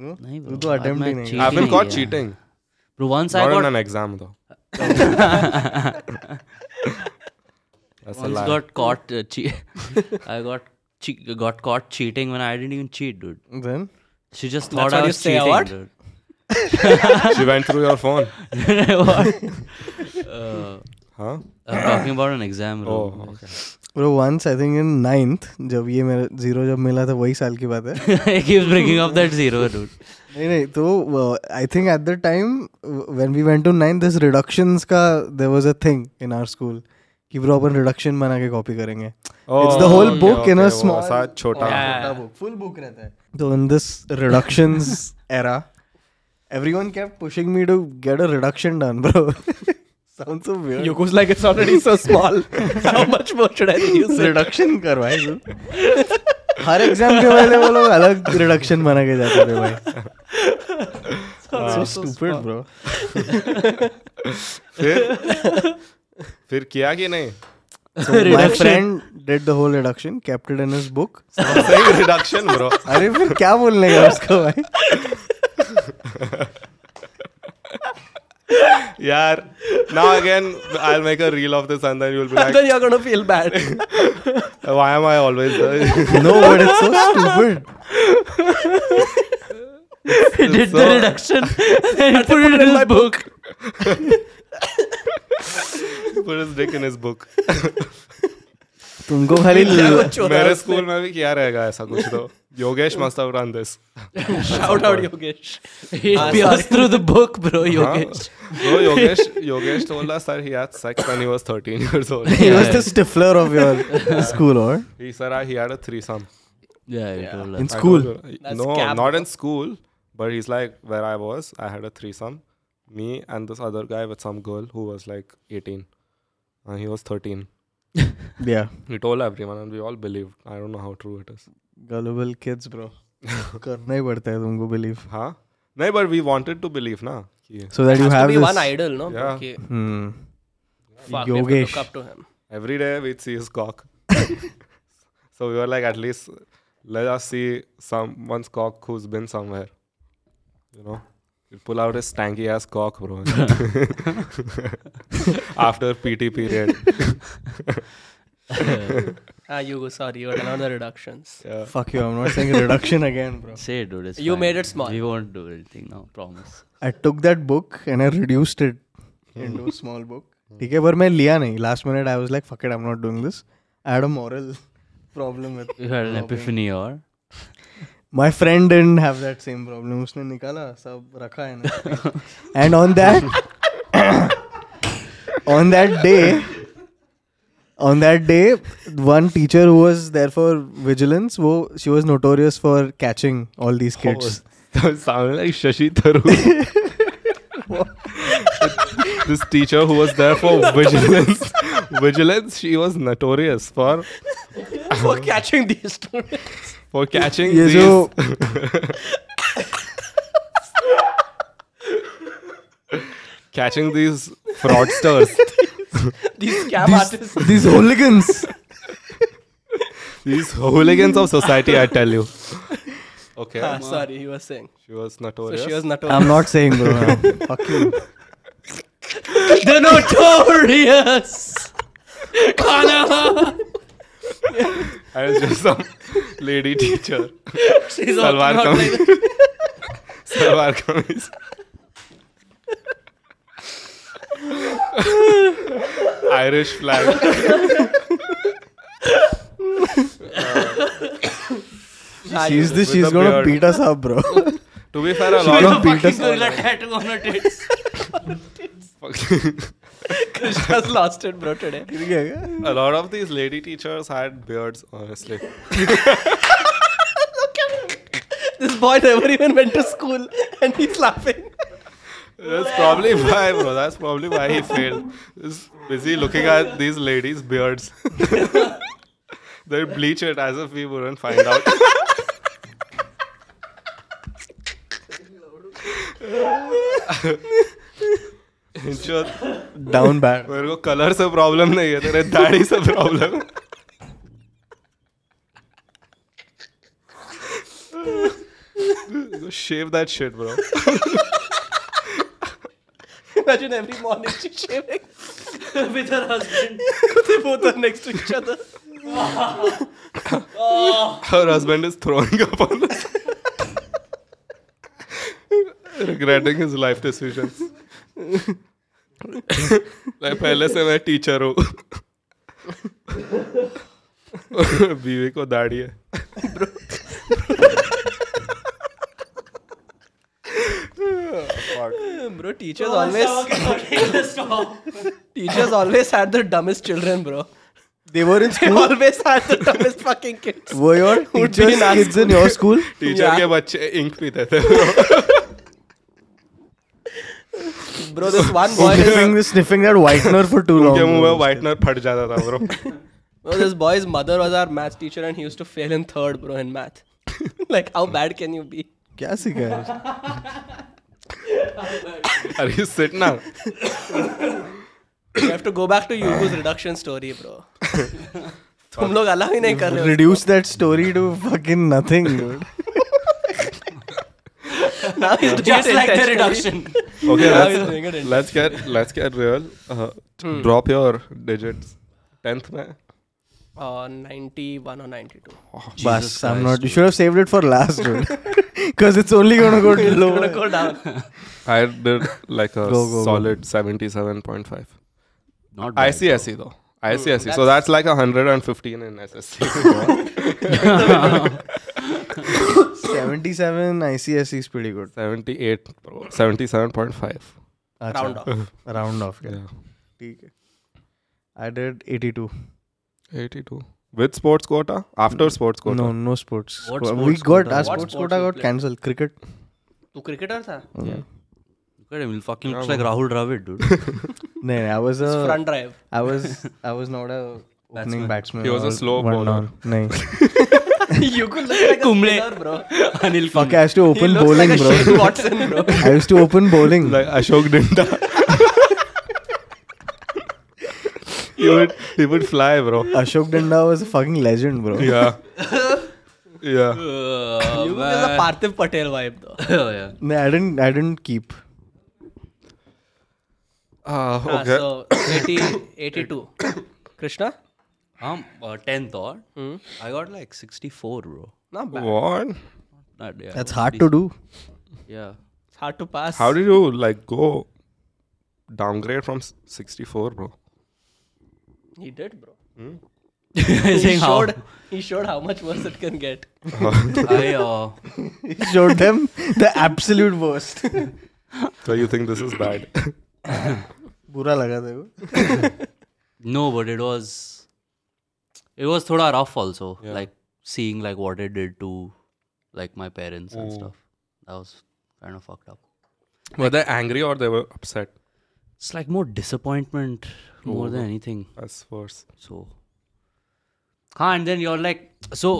Speaker 4: नहीं
Speaker 2: तू तो attempt ही नहीं
Speaker 1: I've been caught cheating.
Speaker 4: Bro, once I
Speaker 1: Not in
Speaker 4: got
Speaker 1: an exam though. That's a
Speaker 4: once
Speaker 1: lie.
Speaker 4: got caught uh, che- I got che- got caught cheating when I didn't even cheat, dude.
Speaker 2: Then
Speaker 4: She just
Speaker 3: That's
Speaker 4: thought I
Speaker 3: what you
Speaker 4: was
Speaker 3: say,
Speaker 4: cheating,
Speaker 3: what?
Speaker 4: dude.
Speaker 1: she went through your phone.
Speaker 4: What? Uh,
Speaker 1: Huh?
Speaker 4: I'm talking about an exam room.
Speaker 1: Oh, okay.
Speaker 2: bro once I think in ninth जब ये मेरा zero जब मिला था वही साल की बात है
Speaker 4: he keeps bringing up that zero, dude.
Speaker 2: नहीं नहीं तो I think at the time when we went to nine this reductions का there was a thing in our school कि ब्रो अपन रिडक्शन बना के कॉपी करेंगे It's the whole
Speaker 1: Oh, okay,
Speaker 2: book in a
Speaker 1: okay, वो
Speaker 2: small-
Speaker 1: ऐसा छोटा
Speaker 2: full book रहता है तो in this reductions era everyone kept pushing me to get a reduction done bro sound so weird
Speaker 3: Yuku's like it's already so small. How much more should I use it?
Speaker 2: Reduction करवाए तू हर exam के पहले वो लोग अलग reduction बना के जाते थे भाई सो स्टूपिड ब्रो
Speaker 1: फिर फिर किया कि नहीं
Speaker 2: my friend did the whole reduction, kept it in his book.
Speaker 1: सही रिडक्शन ब्रो
Speaker 2: अरे फिर क्या बोलने का उसको भाई
Speaker 1: यार now again I will make a reel of this and then you will be
Speaker 3: Then
Speaker 1: like
Speaker 3: you're gonna feel bad.
Speaker 1: Why am I always
Speaker 2: No, but it's so stupid.
Speaker 4: He did
Speaker 1: So-
Speaker 4: the reduction and he put it in his book.
Speaker 1: put his dick in his book
Speaker 2: तुमको खाली
Speaker 3: What you
Speaker 1: मेरे
Speaker 3: asked
Speaker 1: school में भी किया रहेगा ऐसा कुछ तो Yogesh must have done this
Speaker 3: me. Shout out Yogesh.
Speaker 4: He
Speaker 3: Ah,
Speaker 4: pierced through the book, bro. Yogesh.
Speaker 1: bro yogesh yogesh told us that he had sex when he was 13 years old
Speaker 2: he was the stifler of your school or
Speaker 1: he said uh, he had a threesome
Speaker 4: Yeah, he told us.
Speaker 2: in
Speaker 1: I
Speaker 2: school.
Speaker 1: don't know.
Speaker 3: That's
Speaker 1: no,
Speaker 3: cap,
Speaker 1: not in school. But he's like, where I was, I had a threesome. Me and this other guy with some girl who was like 18. And he was 13.
Speaker 2: Yeah,
Speaker 1: He told everyone, and we all believed. I don't know how true it is.
Speaker 2: gullible kids, bro. करना ही पड़ता है तुमको believe.
Speaker 1: Huh? No, but we wanted to believe, na? कि
Speaker 2: So that you
Speaker 3: Has to
Speaker 2: have
Speaker 3: be
Speaker 2: this.
Speaker 3: one idol, no?
Speaker 1: Yeah.
Speaker 3: Okay.
Speaker 2: Hmm.
Speaker 3: Fuck, we have to
Speaker 2: Yogesh.
Speaker 3: look up to him.
Speaker 1: Every day we'd see his cock. so we were like, at least let us see someone's cock who's been somewhere. You know? He'd pull out his stanky ass cock, bro. After PT period.
Speaker 3: Ah, Yugo, sorry, you were done on the reductions.
Speaker 1: Yeah.
Speaker 2: Fuck you. I'm not saying reduction again, bro.
Speaker 4: Say it, dude. It's
Speaker 3: You
Speaker 4: fine.
Speaker 3: made it small.
Speaker 4: We won't do anything now. Promise.
Speaker 2: I took that book and I reduced it into a small book.
Speaker 3: Hmm.
Speaker 2: ठीक है पर मैं लिया नहीं last minute I was like fuck it I am not doing this I had a moral problem with
Speaker 4: You had an epiphany or?
Speaker 2: My friend didn't have that same problem. उसने निकाला सब रखा है ना And on that on that day on that day one teacher who was there for vigilance वो she was notorious for catching all these kids.
Speaker 3: Oh,
Speaker 1: sounded like Shashi Tharoor. this teacher who was there for vigilance, vigilance, she was notorious for
Speaker 3: For catching these students.
Speaker 1: for catching
Speaker 2: ये
Speaker 1: these.
Speaker 2: जो
Speaker 1: catching these fraudsters,
Speaker 3: These scam
Speaker 2: these,
Speaker 3: artists.
Speaker 2: these hooligans
Speaker 1: these hooligans of society, I tell you. Okay,
Speaker 3: Ah, sorry, you were saying.
Speaker 1: she was
Speaker 3: So
Speaker 1: notorious.
Speaker 3: she was not
Speaker 2: I'm not saying bro हाँ, fuck you
Speaker 4: the notorious
Speaker 1: I was just some lady teacher.
Speaker 3: She's not,
Speaker 1: Salwar
Speaker 3: not like
Speaker 1: kameez. Salwar kameez. Irish flag.
Speaker 3: Ah,
Speaker 2: she's
Speaker 3: Yugo.
Speaker 2: this
Speaker 1: With
Speaker 2: she's
Speaker 1: the
Speaker 2: gonna
Speaker 1: beard.
Speaker 2: beat us up bro
Speaker 1: To be fair, a
Speaker 2: She's
Speaker 1: lot
Speaker 2: gonna
Speaker 1: of
Speaker 2: beat us up.
Speaker 4: gorilla tattoo on her tits.
Speaker 3: Krishna's lost it, bro, today.
Speaker 2: ठीक है
Speaker 1: a
Speaker 2: क्या?
Speaker 1: lot of these lady teachers had beards. Honestly,
Speaker 3: This boy never even went to school and he's laughing.
Speaker 1: That's probably why, bro. That's probably why he failed. He's busy looking at these ladies' beards. they bleach it as if we wouldn't find out. जो
Speaker 2: down bad
Speaker 1: मेरे को colour से problem नहीं है तेरे दाढ़ी से problem shave that shit bro
Speaker 3: Imagine every morning she's shaving with her husband. they both are next to each other.
Speaker 1: Her husband is throwing up on us. regretting his life decisions. मैं पहले से मैं teacher हूँ बीवी को दाढ़ी है
Speaker 3: Bro, teachers always teachers always had the dumbest children, bro.
Speaker 2: They were in
Speaker 3: They
Speaker 2: school
Speaker 3: always had the dumbest fucking kids.
Speaker 2: वो your
Speaker 3: Would be
Speaker 2: teachers
Speaker 3: in our
Speaker 2: kids in your school
Speaker 1: teacher
Speaker 3: Yeah.
Speaker 1: के बच्चे ink पीते थे
Speaker 3: Bro, this one boy is
Speaker 2: sniffing sniffing that whitener for too long
Speaker 1: उनके मुंह में
Speaker 2: bro.
Speaker 1: Whitener फट जाता था bro
Speaker 3: bro, this boy's mother was our maths teacher and he used to fail in third, bro, in math. like how bad can you be?
Speaker 2: क्या सीखा है
Speaker 1: अरे सिट ना
Speaker 3: You have to go back to Yugu's reduction story, bro. तुम लोग allow ही नहीं कर रहे हो
Speaker 2: reduce that story to fucking nothing dude
Speaker 3: Now he's doing
Speaker 4: Just
Speaker 3: it
Speaker 4: like the
Speaker 3: intentionally.
Speaker 4: reduction.
Speaker 1: Okay
Speaker 3: Now he's doing it intentionally.
Speaker 1: let's get let's get real uh,
Speaker 2: Hmm.
Speaker 1: drop your digits 10th में
Speaker 3: Uh, 91 or 92.
Speaker 2: बस
Speaker 4: Jesus
Speaker 2: I am
Speaker 4: Christ,
Speaker 2: not you
Speaker 4: dude.
Speaker 2: Should have saved it for last dude cuz it's only going to go
Speaker 3: It's
Speaker 2: lower
Speaker 3: gonna go down.
Speaker 1: I did like a
Speaker 2: Go, go, go.
Speaker 1: solid 77.5.
Speaker 4: Not bad.
Speaker 1: ICSE though. ICSE. so that's like 115 in SSC.
Speaker 2: 77 ICSE is pretty good
Speaker 1: 78, bro. 77.5.
Speaker 2: अच्छा,
Speaker 3: Round off.
Speaker 2: round off क्या?
Speaker 1: Yeah.
Speaker 2: ठीक है I did 82
Speaker 1: 82. With sports quota? After sports quota?
Speaker 2: no no sports
Speaker 4: What
Speaker 2: we
Speaker 4: sports
Speaker 2: got
Speaker 4: quota?
Speaker 2: our
Speaker 4: What
Speaker 2: sports
Speaker 3: sports
Speaker 2: quota
Speaker 3: you
Speaker 2: got
Speaker 3: played?
Speaker 2: cancelled cricket
Speaker 3: तू cricketer था
Speaker 1: Uh.
Speaker 4: Look at him. He fucking looks like Rahul Dravid, dude.
Speaker 2: no I was a
Speaker 3: front drive
Speaker 2: I was I was not a opening batsman.
Speaker 1: He was a
Speaker 2: or
Speaker 1: slow
Speaker 2: one
Speaker 1: bowler.
Speaker 2: down. No.
Speaker 3: You could look like
Speaker 4: Kumble.
Speaker 3: Bro
Speaker 4: Anil
Speaker 2: Fuck, I used to open bowling,
Speaker 3: like a
Speaker 2: bro.
Speaker 3: Shane Watson, bro.
Speaker 2: I used to open bowling.
Speaker 1: Like Ashok Dinda. he, would, he would fly, bro.
Speaker 2: Ashok Danda was a fucking legend, bro.
Speaker 1: Yeah. Yeah.
Speaker 4: Uh,
Speaker 3: You is a Parthiv Patel vibe though.
Speaker 4: oh, yeah.
Speaker 2: No, I didn't. I didn't keep.
Speaker 1: Ah,
Speaker 3: Ah,
Speaker 1: okay.
Speaker 3: so 80, 82. Krishna,
Speaker 4: Um, uh, 10th or? I got like 64, bro.
Speaker 3: not bad.
Speaker 1: what?
Speaker 4: Not, yeah,
Speaker 2: That's
Speaker 4: it was
Speaker 2: hard to do.
Speaker 4: decent. Yeah.
Speaker 3: It's hard to pass.
Speaker 1: How did you like go downgrade from s- 64, bro?
Speaker 3: he did, bro?
Speaker 4: He's
Speaker 3: He
Speaker 4: saying how?
Speaker 3: showed, he showed how much worse it can get.
Speaker 4: I, uh,
Speaker 2: He showed them the absolute worst.
Speaker 1: So you think this is bad?
Speaker 2: बुरा लगा देखो.
Speaker 4: no, but it was. It was thoda rough also. Like seeing like what it did to like my parents and stuff. That was kind of fucked up.
Speaker 1: Were they angry or they were upset?
Speaker 4: It's like more disappointment more than anything.
Speaker 1: That's worse.
Speaker 4: So, हाँ and then you're like so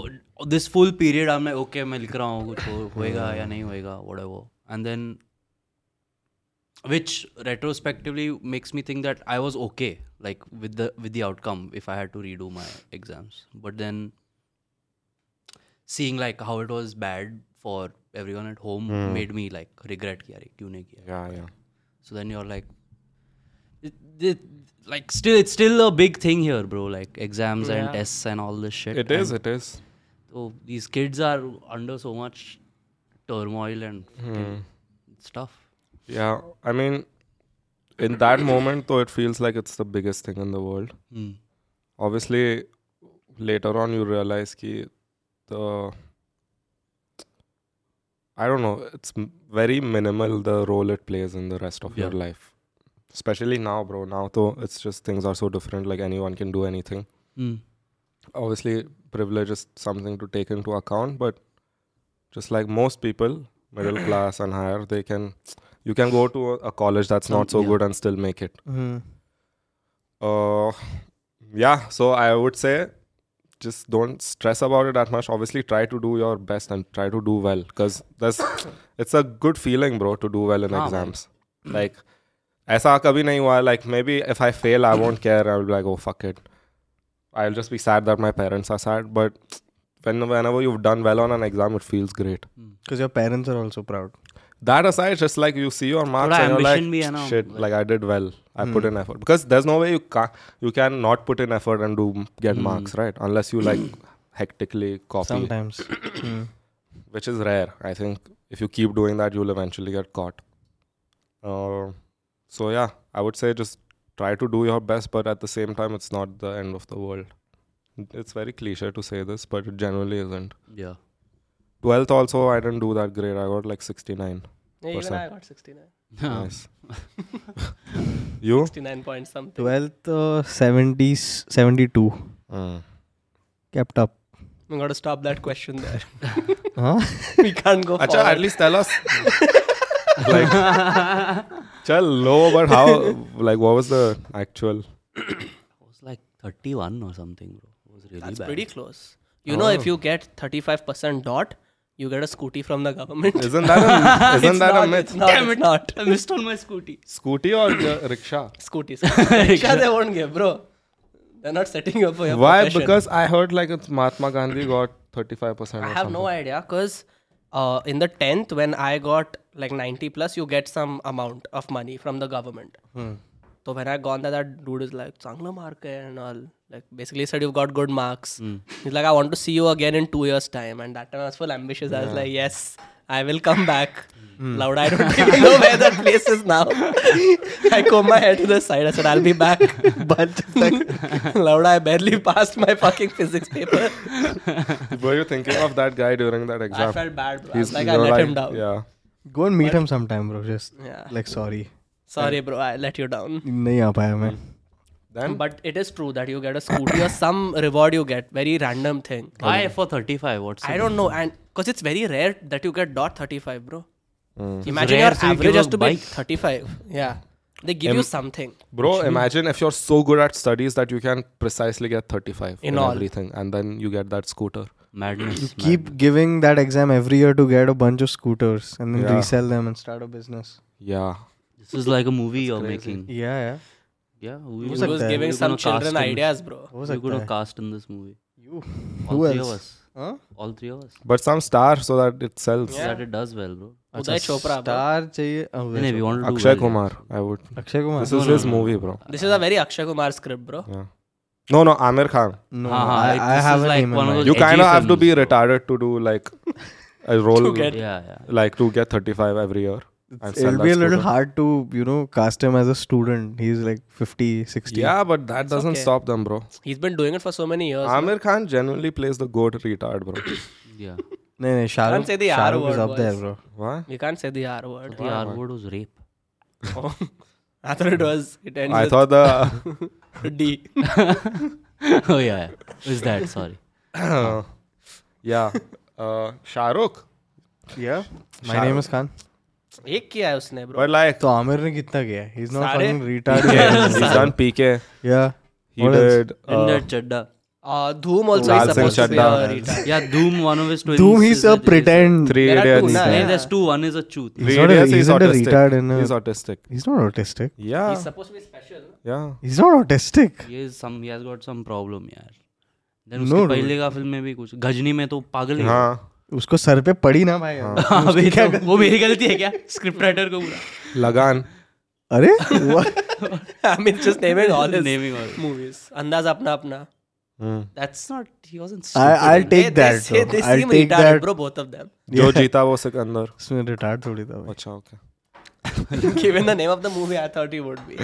Speaker 4: this full period I'm like okay मैं लिख रहा हूँ कुछ हो- होएगा या नहीं होएगा whatever and then which retrospectively makes me think that I was okay like with the with the outcome if I had to redo my exams but then seeing like how it was bad for everyone at home made me like regret कि यार ये क्यों नहीं किया
Speaker 1: Yeah, yeah.
Speaker 4: so then you're like, it, it, like still, it's still a big thing here, bro. Like exams and tests and all this shit.
Speaker 1: It is, it is.
Speaker 4: So these kids are under so much turmoil and
Speaker 2: Hmm.
Speaker 4: fucking stuff.
Speaker 1: Yeah. I mean, in that moment, though, it feels like it's the biggest thing in the world.
Speaker 4: Hmm.
Speaker 1: Obviously, later on, you realize ki the. I don't know. It's m- very minimal the role it plays in the rest of your
Speaker 4: Yeah.
Speaker 1: life. Especially now, bro. Now, though, it's just things are so different. Like anyone can do anything.
Speaker 4: Hmm.
Speaker 1: obviously privilege is something to take into account but just like most people middle class and higher they can You can go to a, a college that's not so good and still make it.
Speaker 2: Hmm.
Speaker 1: Uh, yeah, so I would say just don't stress about it that much. Obviously, try to do your best and try to do well because that's it's a good feeling, bro, to do well in exams. Like, ऐसा कभी नहीं हुआ like maybe if I fail, I won't care. I'll be like, oh fuck it. I'll just be sad that my parents are sad. But when whenever you've done well on an exam, it feels great.
Speaker 2: because your parents are also proud
Speaker 1: That aside, just like you see your marks
Speaker 4: थोड़ा
Speaker 1: and you're
Speaker 4: ambition भी है ना,
Speaker 1: like, shit, like I did well. I put in effort because there's no way you can you can not put in effort and do get marks, right? Unless you like hectically copy,
Speaker 2: sometimes Hmm.
Speaker 1: which is rare. I think if you keep doing that, you'll eventually get caught. Uh, so yeah, I would say just try to do your best, but at the same time, it's not the end of the world. It's very cliche to say this, but it generally isn't.
Speaker 4: Yeah.
Speaker 1: Twelfth also, I didn't do that great. I got like sixty nine.
Speaker 3: Yeah, even I got 69.
Speaker 1: Nice. you?
Speaker 3: 69 point something.
Speaker 2: 12th uh, 70 72 kept up
Speaker 3: We got to stop that question there.
Speaker 2: huh
Speaker 3: we can't go
Speaker 1: Acha, at
Speaker 3: forward.
Speaker 1: least tell us. like, chal, low, but how? Like, what was the actual?
Speaker 4: It was like 31 or something, bro. It was really
Speaker 3: That's
Speaker 4: bad.
Speaker 3: pretty close. You know, if you get 35% dot, you get a scooty from the government.
Speaker 1: Isn't that a, isn't that
Speaker 3: not,
Speaker 1: a
Speaker 3: It's
Speaker 1: myth?
Speaker 3: not, Damn it. not.
Speaker 4: I missed on my scooty.
Speaker 1: Scooty or uh, rickshaw?
Speaker 3: Scooties. Rickshaw they won't give, bro. They're not setting you up for your
Speaker 1: Why?
Speaker 3: profession.
Speaker 1: Because I heard like it's Mahatma Gandhi got 35% or
Speaker 3: I have no idea because uh, in the 10th, when I got like 90 plus, you get some amount of money from the government. So when I gone there, that dude is like, Changla mark hai and all. Like basically said, you've got good marks. He's like, I want to see you again in two years' time. And that time I was full ambitious. I was like, yes, I will come back. Loud, I don't even know where that place is now. I comb my hair to the side. I said, I'll be back. But loud, I barely passed my fucking physics paper.
Speaker 1: idea. Were you thinking of that guy during that exam?
Speaker 3: I felt bad, bro. I
Speaker 1: He's-
Speaker 3: was like,
Speaker 1: you
Speaker 3: I
Speaker 1: were
Speaker 3: let him down.
Speaker 1: Yeah.
Speaker 2: go and meet him sometime bro just
Speaker 3: Yeah.
Speaker 2: like sorry
Speaker 3: Sorry, bro. I let you down.
Speaker 2: नहीं आ पाया मैं
Speaker 1: Then
Speaker 3: But it is true that you get a scooty or some reward you get. Very random thing.
Speaker 4: Why for 35? What's
Speaker 3: I don't know. And because it's very rare that you get dot 35, bro. Imagine
Speaker 4: It's
Speaker 3: your
Speaker 4: rare, so you
Speaker 3: average
Speaker 4: give
Speaker 3: has
Speaker 4: a
Speaker 3: to be
Speaker 4: bike.
Speaker 3: 35. Yeah. They give you something.
Speaker 1: Bro, imagine if you're so good at studies that you can precisely get 35
Speaker 3: In
Speaker 1: in
Speaker 3: all.
Speaker 1: everything, and then you get that scooter.
Speaker 4: Madness. man.
Speaker 2: keep giving that exam every year to get a bunch of scooters and then
Speaker 1: Yeah.
Speaker 2: resell them and start a business
Speaker 1: Yeah.
Speaker 4: This is like a movie you're making.
Speaker 2: yeah yeah
Speaker 4: Yeah. Who
Speaker 3: He
Speaker 4: you
Speaker 3: was
Speaker 4: gonna- who
Speaker 3: giving
Speaker 4: you
Speaker 3: some
Speaker 4: gonna cast
Speaker 3: children
Speaker 4: in-
Speaker 3: ideas, bro.
Speaker 2: हो
Speaker 4: who you
Speaker 2: सकता
Speaker 4: gonna
Speaker 2: है
Speaker 4: cast in this movie?
Speaker 2: you
Speaker 4: All
Speaker 2: Who
Speaker 4: three
Speaker 2: else?
Speaker 4: of us.
Speaker 2: huh
Speaker 4: All three of us.
Speaker 1: But some star so that it sells.
Speaker 4: So That it does well, bro.
Speaker 3: Uday Chopra, bro.
Speaker 2: Star चाहिए oh,
Speaker 4: No, no, we want to do
Speaker 1: Akshay
Speaker 4: well, yeah.
Speaker 1: Kumar, I would.
Speaker 2: Akshay
Speaker 1: This
Speaker 2: Kumar
Speaker 1: is his movie, bro.
Speaker 3: This is a very Akshay Kumar script, bro.
Speaker 1: Yeah. No, no, Amir Khan.
Speaker 2: no
Speaker 4: हाँ, हाँ,
Speaker 2: I,
Speaker 4: like
Speaker 2: I
Speaker 4: this is
Speaker 2: have a
Speaker 4: like
Speaker 2: name in
Speaker 4: one of
Speaker 2: mind.
Speaker 4: those-
Speaker 1: You
Speaker 4: Edgy
Speaker 1: kind of have to be
Speaker 4: films,
Speaker 1: retarded to do like a role,
Speaker 3: get-
Speaker 4: Yeah, yeah.
Speaker 1: like to get 35 every year. and sell
Speaker 2: it'll
Speaker 1: that
Speaker 2: be a little
Speaker 1: scooter.
Speaker 2: hard to you know cast him as a student he's like 50 60
Speaker 1: Yeah, but that doesn't
Speaker 3: okay.
Speaker 1: stop them, bro.
Speaker 3: He's been doing it for so many years. bro.
Speaker 1: Amir Khan genuinely plays the goat retard, bro.
Speaker 4: Yeah.
Speaker 2: no no
Speaker 3: Can't say
Speaker 2: Shahrukh
Speaker 3: the R
Speaker 2: Shahrukh is
Speaker 3: word,
Speaker 2: up there
Speaker 3: boys.
Speaker 2: bro
Speaker 1: Why?
Speaker 3: We can't say the R word.
Speaker 4: The R word was rape.
Speaker 3: I thought it was. It
Speaker 1: I
Speaker 3: ends with
Speaker 1: thought the
Speaker 3: D.
Speaker 4: oh yeah, yeah. Is that sorry?
Speaker 1: yeah, uh, Shahrukh.
Speaker 2: yeah my name is Khan
Speaker 3: एक किया है उसने, bro.
Speaker 1: But like
Speaker 2: तो आमिर ने कितना किया है? he's not
Speaker 3: सारे?
Speaker 2: fucking retarded
Speaker 1: he's done PK.
Speaker 2: yeah
Speaker 1: He
Speaker 2: What else?
Speaker 1: did.
Speaker 4: In
Speaker 1: Uh,
Speaker 4: that chadda.
Speaker 3: Uh, Dhoom also
Speaker 1: Lal
Speaker 3: is
Speaker 1: Singh
Speaker 3: supposed to be a
Speaker 1: Chaddha.
Speaker 3: retard.
Speaker 4: Yeah, Doom. One of his twins.
Speaker 2: Doom he's
Speaker 4: is
Speaker 2: a
Speaker 4: is
Speaker 2: pretend
Speaker 1: three
Speaker 3: There are
Speaker 1: idiots.
Speaker 3: two, nah.
Speaker 4: Hey, there's two. One is a truth.
Speaker 1: Three
Speaker 2: not a-
Speaker 1: idiots. He's
Speaker 2: isn't a retard in
Speaker 1: autistic.
Speaker 2: a-
Speaker 1: He's autistic.
Speaker 2: he's not autistic
Speaker 1: Yeah,
Speaker 3: He's supposed to be special.
Speaker 1: yeah.
Speaker 2: he's not autistic
Speaker 4: He is some. He has got some problem, यार. Then
Speaker 2: No,
Speaker 4: उसके
Speaker 2: dude.
Speaker 4: पहले का film में भी कुछ गजनी में तो पागल ही है।
Speaker 1: हाँ
Speaker 2: उसको सर पे पड़ी ना भाई
Speaker 4: अबे तो वो मेरी गलती है क्या स्क्रिप्ट राइटर को पूरा
Speaker 1: लगान
Speaker 2: अरे what?
Speaker 3: I mean, just naming all his
Speaker 4: naming और
Speaker 3: movies. Andaz Apna Apna.
Speaker 4: Hmm. That's not he wasn't
Speaker 2: I I'll
Speaker 3: They,
Speaker 2: take
Speaker 3: they,
Speaker 2: that
Speaker 3: say,
Speaker 2: bro.
Speaker 3: they
Speaker 2: I'll
Speaker 3: seem
Speaker 2: take
Speaker 3: retarded,
Speaker 2: that
Speaker 3: bro, both of them.
Speaker 1: जो जीता वो सिकंदर
Speaker 2: उसमें retard थोड़ी था भाई
Speaker 1: अच्छा okay
Speaker 3: Given the name of the movie, I thought he would be.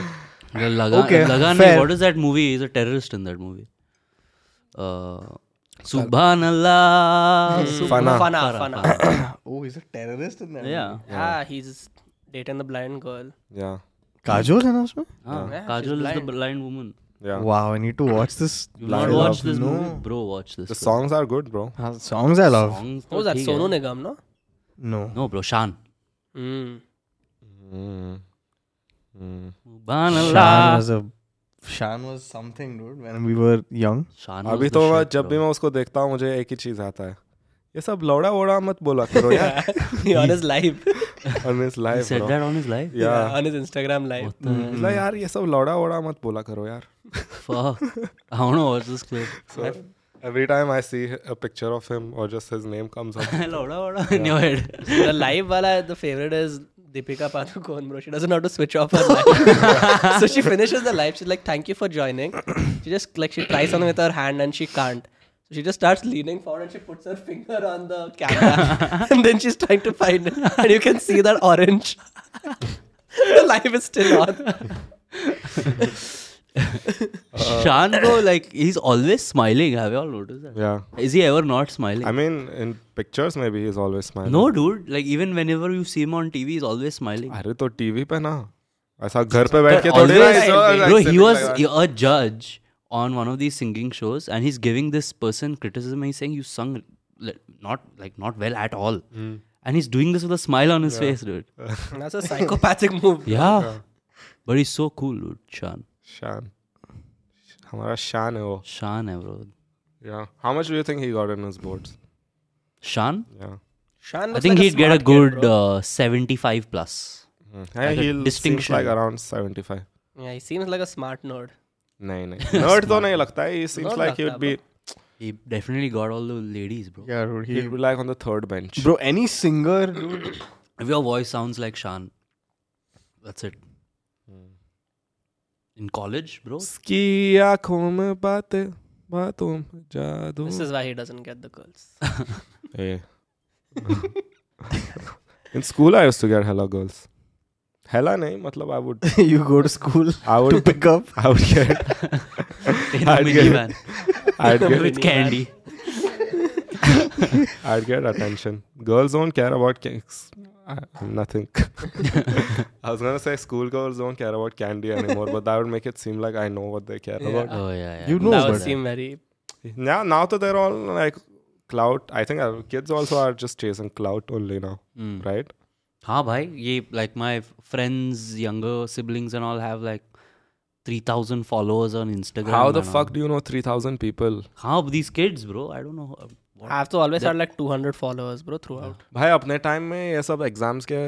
Speaker 4: लगा
Speaker 2: Okay,
Speaker 4: लगा नहीं
Speaker 2: fair.
Speaker 4: What is that movie is a terrorist in that Uh, movie सुभानअल्लाह
Speaker 3: Hmm.
Speaker 1: Fana.
Speaker 3: Fana, Fana.
Speaker 2: oh he's a terrorist in there
Speaker 4: या
Speaker 3: yeah, he's dating the blind girl.
Speaker 1: या
Speaker 2: काजोल है ना उसमें
Speaker 4: हां
Speaker 1: Ah.
Speaker 3: she's
Speaker 4: Kajol is the
Speaker 3: blind.
Speaker 4: Blind woman
Speaker 1: या
Speaker 2: wow I हाँ। need to watch this
Speaker 4: you not
Speaker 2: I
Speaker 4: watch
Speaker 2: love-
Speaker 4: this
Speaker 2: no.
Speaker 4: Movie bro watch
Speaker 1: The
Speaker 4: this
Speaker 1: songs are good, bro.
Speaker 2: हाँ, songs I love
Speaker 3: Oh,
Speaker 4: songs
Speaker 3: Who's that? Sonu Nigam, no?
Speaker 2: no
Speaker 4: no bro Shaan
Speaker 3: Mm.
Speaker 4: Hmm.
Speaker 1: Hmm.
Speaker 2: Shan
Speaker 4: सुभानअल्लाह
Speaker 2: was a Shan was something, dude. When we were young,
Speaker 4: Shaan
Speaker 1: अभी तो मैं जब भी मैं उसको देखता हूँ मुझे एक ही चीज आता है ये सब लौड़ा वोड़ा मत बोला करो यार
Speaker 3: on his live,
Speaker 1: on his life
Speaker 4: said
Speaker 1: bro.
Speaker 4: that on his life
Speaker 1: yeah Mm.
Speaker 3: on his Instagram live.
Speaker 4: What the
Speaker 1: He's like, यार ये सब लौड़ा वोड़ा मत बोला करो यार
Speaker 4: fuck I want to watch this clip
Speaker 1: so every time I see a picture of him or just his name comes up
Speaker 4: Loda, loda in your head
Speaker 3: The live wala, the favorite is Deepika Padukone, bro. She doesn't know how to switch off her live. so she finishes the live. She's like, "Thank you for joining." She just like she tries something with her hand and she can't. So she just starts leaning forward and she puts her finger on the camera and then she's trying to find it. And you can see that orange. the live is still on.
Speaker 1: Uh,
Speaker 4: Shan bro like he's always smiling have you all noticed that
Speaker 1: yeah
Speaker 4: is he ever not smiling
Speaker 1: I mean in pictures maybe he's always smiling
Speaker 4: no dude like even whenever you see him on TV he's always smiling
Speaker 1: अरे तो TV पे ना ऐसा घर पे बैठ के
Speaker 4: But
Speaker 1: थोड़ी ना
Speaker 4: always-
Speaker 1: ऐसा- ऐसा
Speaker 4: bro, he
Speaker 1: sitting
Speaker 4: was
Speaker 1: like that.
Speaker 4: a judge on one of these singing shows, and he's giving this person criticism. And he's saying you sung li- not like not well at all, and he's doing this with a smile on his face, dude.
Speaker 3: And that's a psychopathic move.
Speaker 4: Yeah. but he's so cool, dude. Shan,
Speaker 1: शान हमारा शान है वो
Speaker 4: Shan, hai, bro.
Speaker 1: yeah how much do you think he got in his boards
Speaker 4: Shan,
Speaker 1: yeah
Speaker 3: Shan
Speaker 4: I
Speaker 3: looks
Speaker 4: think
Speaker 3: like
Speaker 4: he'd get a
Speaker 3: smart kid,
Speaker 4: good
Speaker 3: bro.
Speaker 4: uh, seventy-five plus.
Speaker 1: Hmm. Hey,
Speaker 4: a
Speaker 1: he'll seems
Speaker 4: distinction.
Speaker 1: like around 75
Speaker 3: yeah, he seems like a smart nerd.
Speaker 1: नहीं नहीं nerd तो नहीं लगता है he seems
Speaker 3: Nerd
Speaker 1: like he
Speaker 3: लगता
Speaker 1: would be
Speaker 4: He definitely got all the ladies, bro.
Speaker 2: yeah, dude.
Speaker 1: he'd be like on the third bench
Speaker 2: bro, any singer, dude.
Speaker 4: If your voice sounds like Shan, that's it.
Speaker 1: Hmm.
Speaker 4: In college, bro.
Speaker 1: उसकी आंखों में बातें बातों में जादू
Speaker 3: This is why he doesn't get the girls.
Speaker 1: Hey. in school I used to get hella girls hella नहीं मतलब I would
Speaker 2: you go to school
Speaker 1: I
Speaker 2: to
Speaker 1: would
Speaker 2: pick up.
Speaker 1: I would get
Speaker 4: In a
Speaker 1: I'd get-
Speaker 4: minivan
Speaker 1: I'd get
Speaker 4: with candy.
Speaker 1: I'd get attention. Girls don't care about cakes. I, nothing. I was gonna say school girls don't care about candy anymore, but that would make it seem like I know what they care about.
Speaker 4: Oh yeah, yeah.
Speaker 2: You know,
Speaker 3: that would
Speaker 2: but
Speaker 3: seem very
Speaker 1: Now, now that they're all like clout, I think our kids also are just chasing clout only now,
Speaker 4: Hmm.
Speaker 1: right?
Speaker 4: हाँ भाई ये like my friends younger siblings and all have like 3000 followers on Instagram
Speaker 1: How the
Speaker 4: and
Speaker 1: fuck do you know three thousand people?
Speaker 4: all. how these kids bro I don't know um, what
Speaker 3: I've to always had like 200 followers, bro, throughout.
Speaker 1: भाई अपने time में ये सब exams के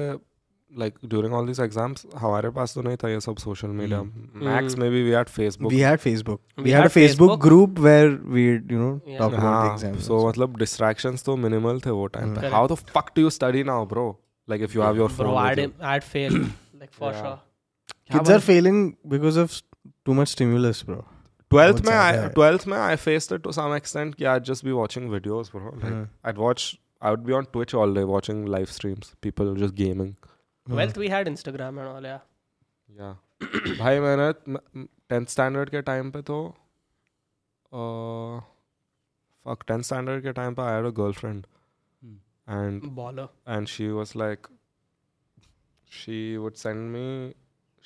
Speaker 1: like during all this exams हमारे पास तो नहीं था ये सब social media max maybe we had Facebook
Speaker 2: We had Facebook. We,
Speaker 3: We
Speaker 2: had,
Speaker 3: had
Speaker 2: a Facebook, Ah,
Speaker 3: Facebook.
Speaker 2: group where we, you know, talk about the
Speaker 1: हाँ,
Speaker 2: exams.
Speaker 1: so मतलब distractions तो मिनिमल थे वो time पे how the fuck do you study now bro like if you have your
Speaker 3: Bro, I'd,
Speaker 1: phone
Speaker 3: I'd fail, like for sure.
Speaker 2: Kids are failing because of s- too much stimulus, bro.
Speaker 1: 12th में
Speaker 2: What's
Speaker 1: I
Speaker 2: that?
Speaker 1: 12th में I faced it to some extent कि I just be watching videos bro
Speaker 2: Hmm.
Speaker 1: like i'd watch i would be on twitch all day watching live streams people just gaming
Speaker 3: 12th, we had Instagram and all, yeah.
Speaker 1: yeah भाई मैंने 10th standard के time पे तो uh, fuck 10th standard के time पे I had a girlfriend and
Speaker 3: Baller.
Speaker 1: and she was like she would send me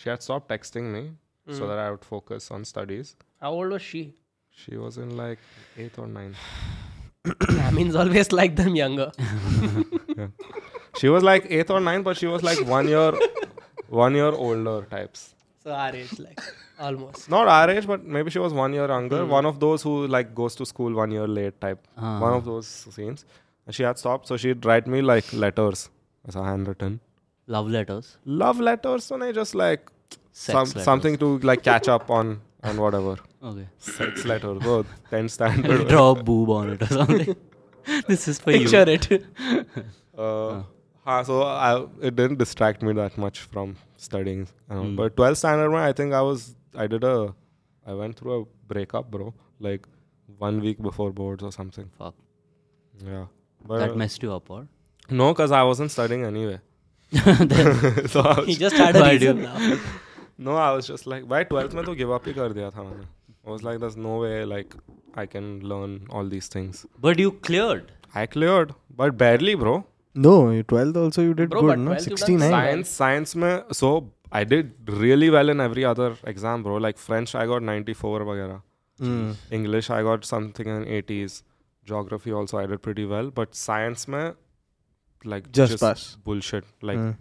Speaker 1: she had stopped texting me
Speaker 4: Mm.
Speaker 1: so that i would focus on studies
Speaker 3: Mm. How old was she?
Speaker 1: she was in like eighth or ninth
Speaker 3: I mean, it's always like them younger.
Speaker 1: she was like eighth or ninth but she was like one year one year older types
Speaker 3: So our age, like almost.
Speaker 1: not our age but maybe she was one year younger
Speaker 4: Mm.
Speaker 1: one of those who like goes to school one year late type
Speaker 4: Ah.
Speaker 1: one of those scenes and she had stopped so she'd write me like letters as a handwritten
Speaker 4: love letters
Speaker 1: love letters so i just like
Speaker 4: sex
Speaker 1: some,
Speaker 4: letters
Speaker 1: something to like catch up on and whatever
Speaker 4: okay
Speaker 1: sex letter bro 10 standard
Speaker 4: draw a boob on it or something this is for
Speaker 3: Picture
Speaker 4: you
Speaker 3: it.
Speaker 1: uh, huh, so I, it didn't distract me that much from studying you know. but 12th standard one i think i was i did a i went through a breakup bro like one week before boards or something
Speaker 4: fuck
Speaker 1: yeah but
Speaker 4: that messed you up or
Speaker 1: no because i wasn't studying anyway so I
Speaker 3: He
Speaker 1: was,
Speaker 3: just had a
Speaker 4: Why do
Speaker 3: reason
Speaker 4: you-
Speaker 3: now.
Speaker 1: no i was just like by 12th mein to give up hi kar diya tha maine. i was like there's no way like i can learn all these things
Speaker 4: but you cleared
Speaker 1: i cleared but barely bro
Speaker 2: Hmm. No, you 12th also you did
Speaker 3: Bro, but
Speaker 2: good, no?
Speaker 3: 12th you done
Speaker 2: 69.
Speaker 3: science.
Speaker 1: science science में so I did really well in every other exam bro like French I got 94 वगैरह
Speaker 2: Mm.
Speaker 1: English I got something in 80s geography also I did pretty well but science में like
Speaker 2: Just pass. hmm.
Speaker 1: bullshit like
Speaker 2: Mm.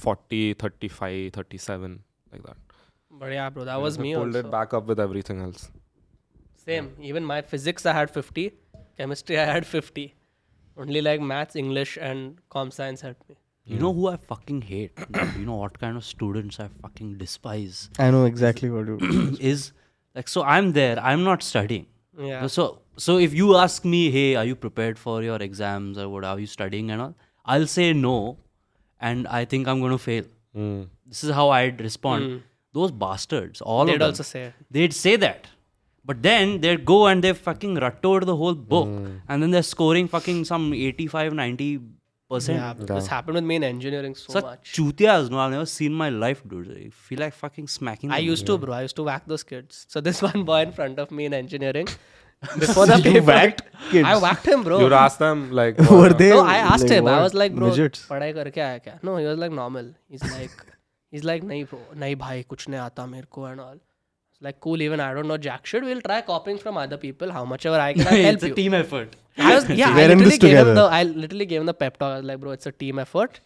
Speaker 1: 40 35 37 like that
Speaker 3: But yeah, bro, that was me.
Speaker 1: pulled
Speaker 3: Also.
Speaker 1: it back up with everything else.
Speaker 3: Same. Even my physics, I had 50. Chemistry, I had 50. Only like maths, English, and com science helped me.
Speaker 4: You know who I fucking hate? you know what kind of students I fucking despise?
Speaker 2: I know exactly what you.
Speaker 4: is like, so I'm there, I'm not studying.
Speaker 3: Yeah.
Speaker 4: So, so if you ask me, hey, are you prepared for your exams or what? Are you studying and all? I'll say no, and I think I'm going to fail.
Speaker 1: Mm.
Speaker 4: This is how I'd respond. Those bastards, all
Speaker 3: Hmm. They'd
Speaker 4: of them,
Speaker 3: also say.
Speaker 4: they'd say that. But then they'd go and they fucking ruttoed the whole book, and then they're scoring fucking some 85, 90 percent.
Speaker 3: Yeah, bro, this happened with me in engineering so
Speaker 4: Such
Speaker 3: much.
Speaker 4: chutias, no, I've never seen in my life, dude. I feel like fucking smacking.
Speaker 3: I
Speaker 4: them.
Speaker 3: used to, bro. I used to whack those kids. So this one boy in front of me in engineering, before the
Speaker 2: You
Speaker 3: paper,
Speaker 2: whacked kids?
Speaker 3: I whacked him, bro.
Speaker 1: You'd ask them like,
Speaker 2: Were
Speaker 1: what-
Speaker 2: they?
Speaker 3: No, I asked him. I
Speaker 2: what?
Speaker 3: was like, bro,
Speaker 2: Midgets?
Speaker 3: पढ़ाई करके आया क्या? No, he was like normal. He's like, he's like, नहीं bro, नहीं भाई कुछ नहीं आता मेरे को and all. It's Like cool, even I don't know jack shit. We'll try copying from other people. How much ever I can I'll help
Speaker 4: it's a
Speaker 3: you.
Speaker 4: team effort.
Speaker 3: I was yeah.
Speaker 2: We're
Speaker 3: I
Speaker 2: in
Speaker 3: literally
Speaker 2: this
Speaker 3: gave him the
Speaker 2: together.
Speaker 3: I literally gave him the pep talk. I was like, bro, it's a team effort.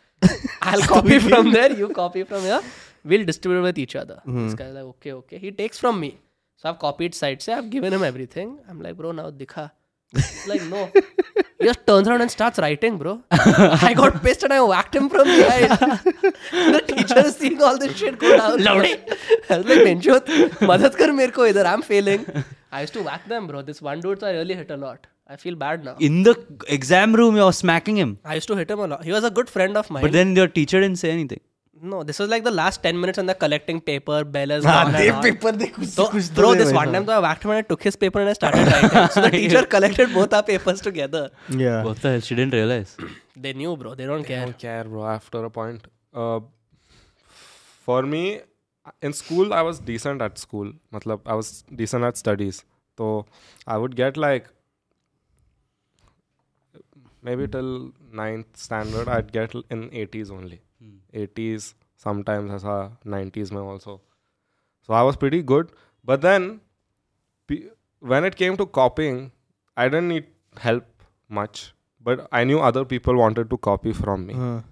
Speaker 3: I'll copy from there. You copy from here. We'll distribute with each other.
Speaker 2: Mm-hmm.
Speaker 3: This guy's like, okay, okay. He takes from me. So I've copied sites. I've given him everything. I'm like, bro, now dikha. He's like, no. He just turns around and starts writing, bro. I got pissed and I whacked him from behind. the teacher is seeing all this shit go down. Loudy. I was like, Benchot, madad kar mere ko idhar. I'm failing. I used to whack them, bro. This one dude, so I really hit a lot. I feel bad now.
Speaker 4: In the exam room, you're smacking him,
Speaker 3: I used to hit him a lot. He was a good friend of mine.
Speaker 4: but then your teacher didn't say anything.
Speaker 3: no, this was like the last 10 minutes and they're collecting paper, bell is
Speaker 2: हाँ,
Speaker 3: gone
Speaker 2: they
Speaker 3: and all.
Speaker 2: paper, दे कुछ-
Speaker 3: So,
Speaker 2: कुछ तो
Speaker 3: bro,
Speaker 2: they
Speaker 3: this
Speaker 2: भाई
Speaker 3: one time
Speaker 2: साहब।
Speaker 3: though, I whacked him and I took his paper and I started writing. So the teacher collected both our papers together.
Speaker 2: Yeah.
Speaker 4: What the hell? She didn't realize.
Speaker 3: They knew, bro. They don't
Speaker 1: I
Speaker 3: care.
Speaker 1: don't care, bro. After a point, uh, for me, in school I was decent at school. मतलब I was decent at studies. So I would get like maybe till ninth standard. I'd get l- in 80s only. 80s sometimes ऐसा 90s में also. So I was pretty good. But then pe- when it came to copying, I didn't need help much. But I knew other people wanted to copy from me.
Speaker 2: हाँ.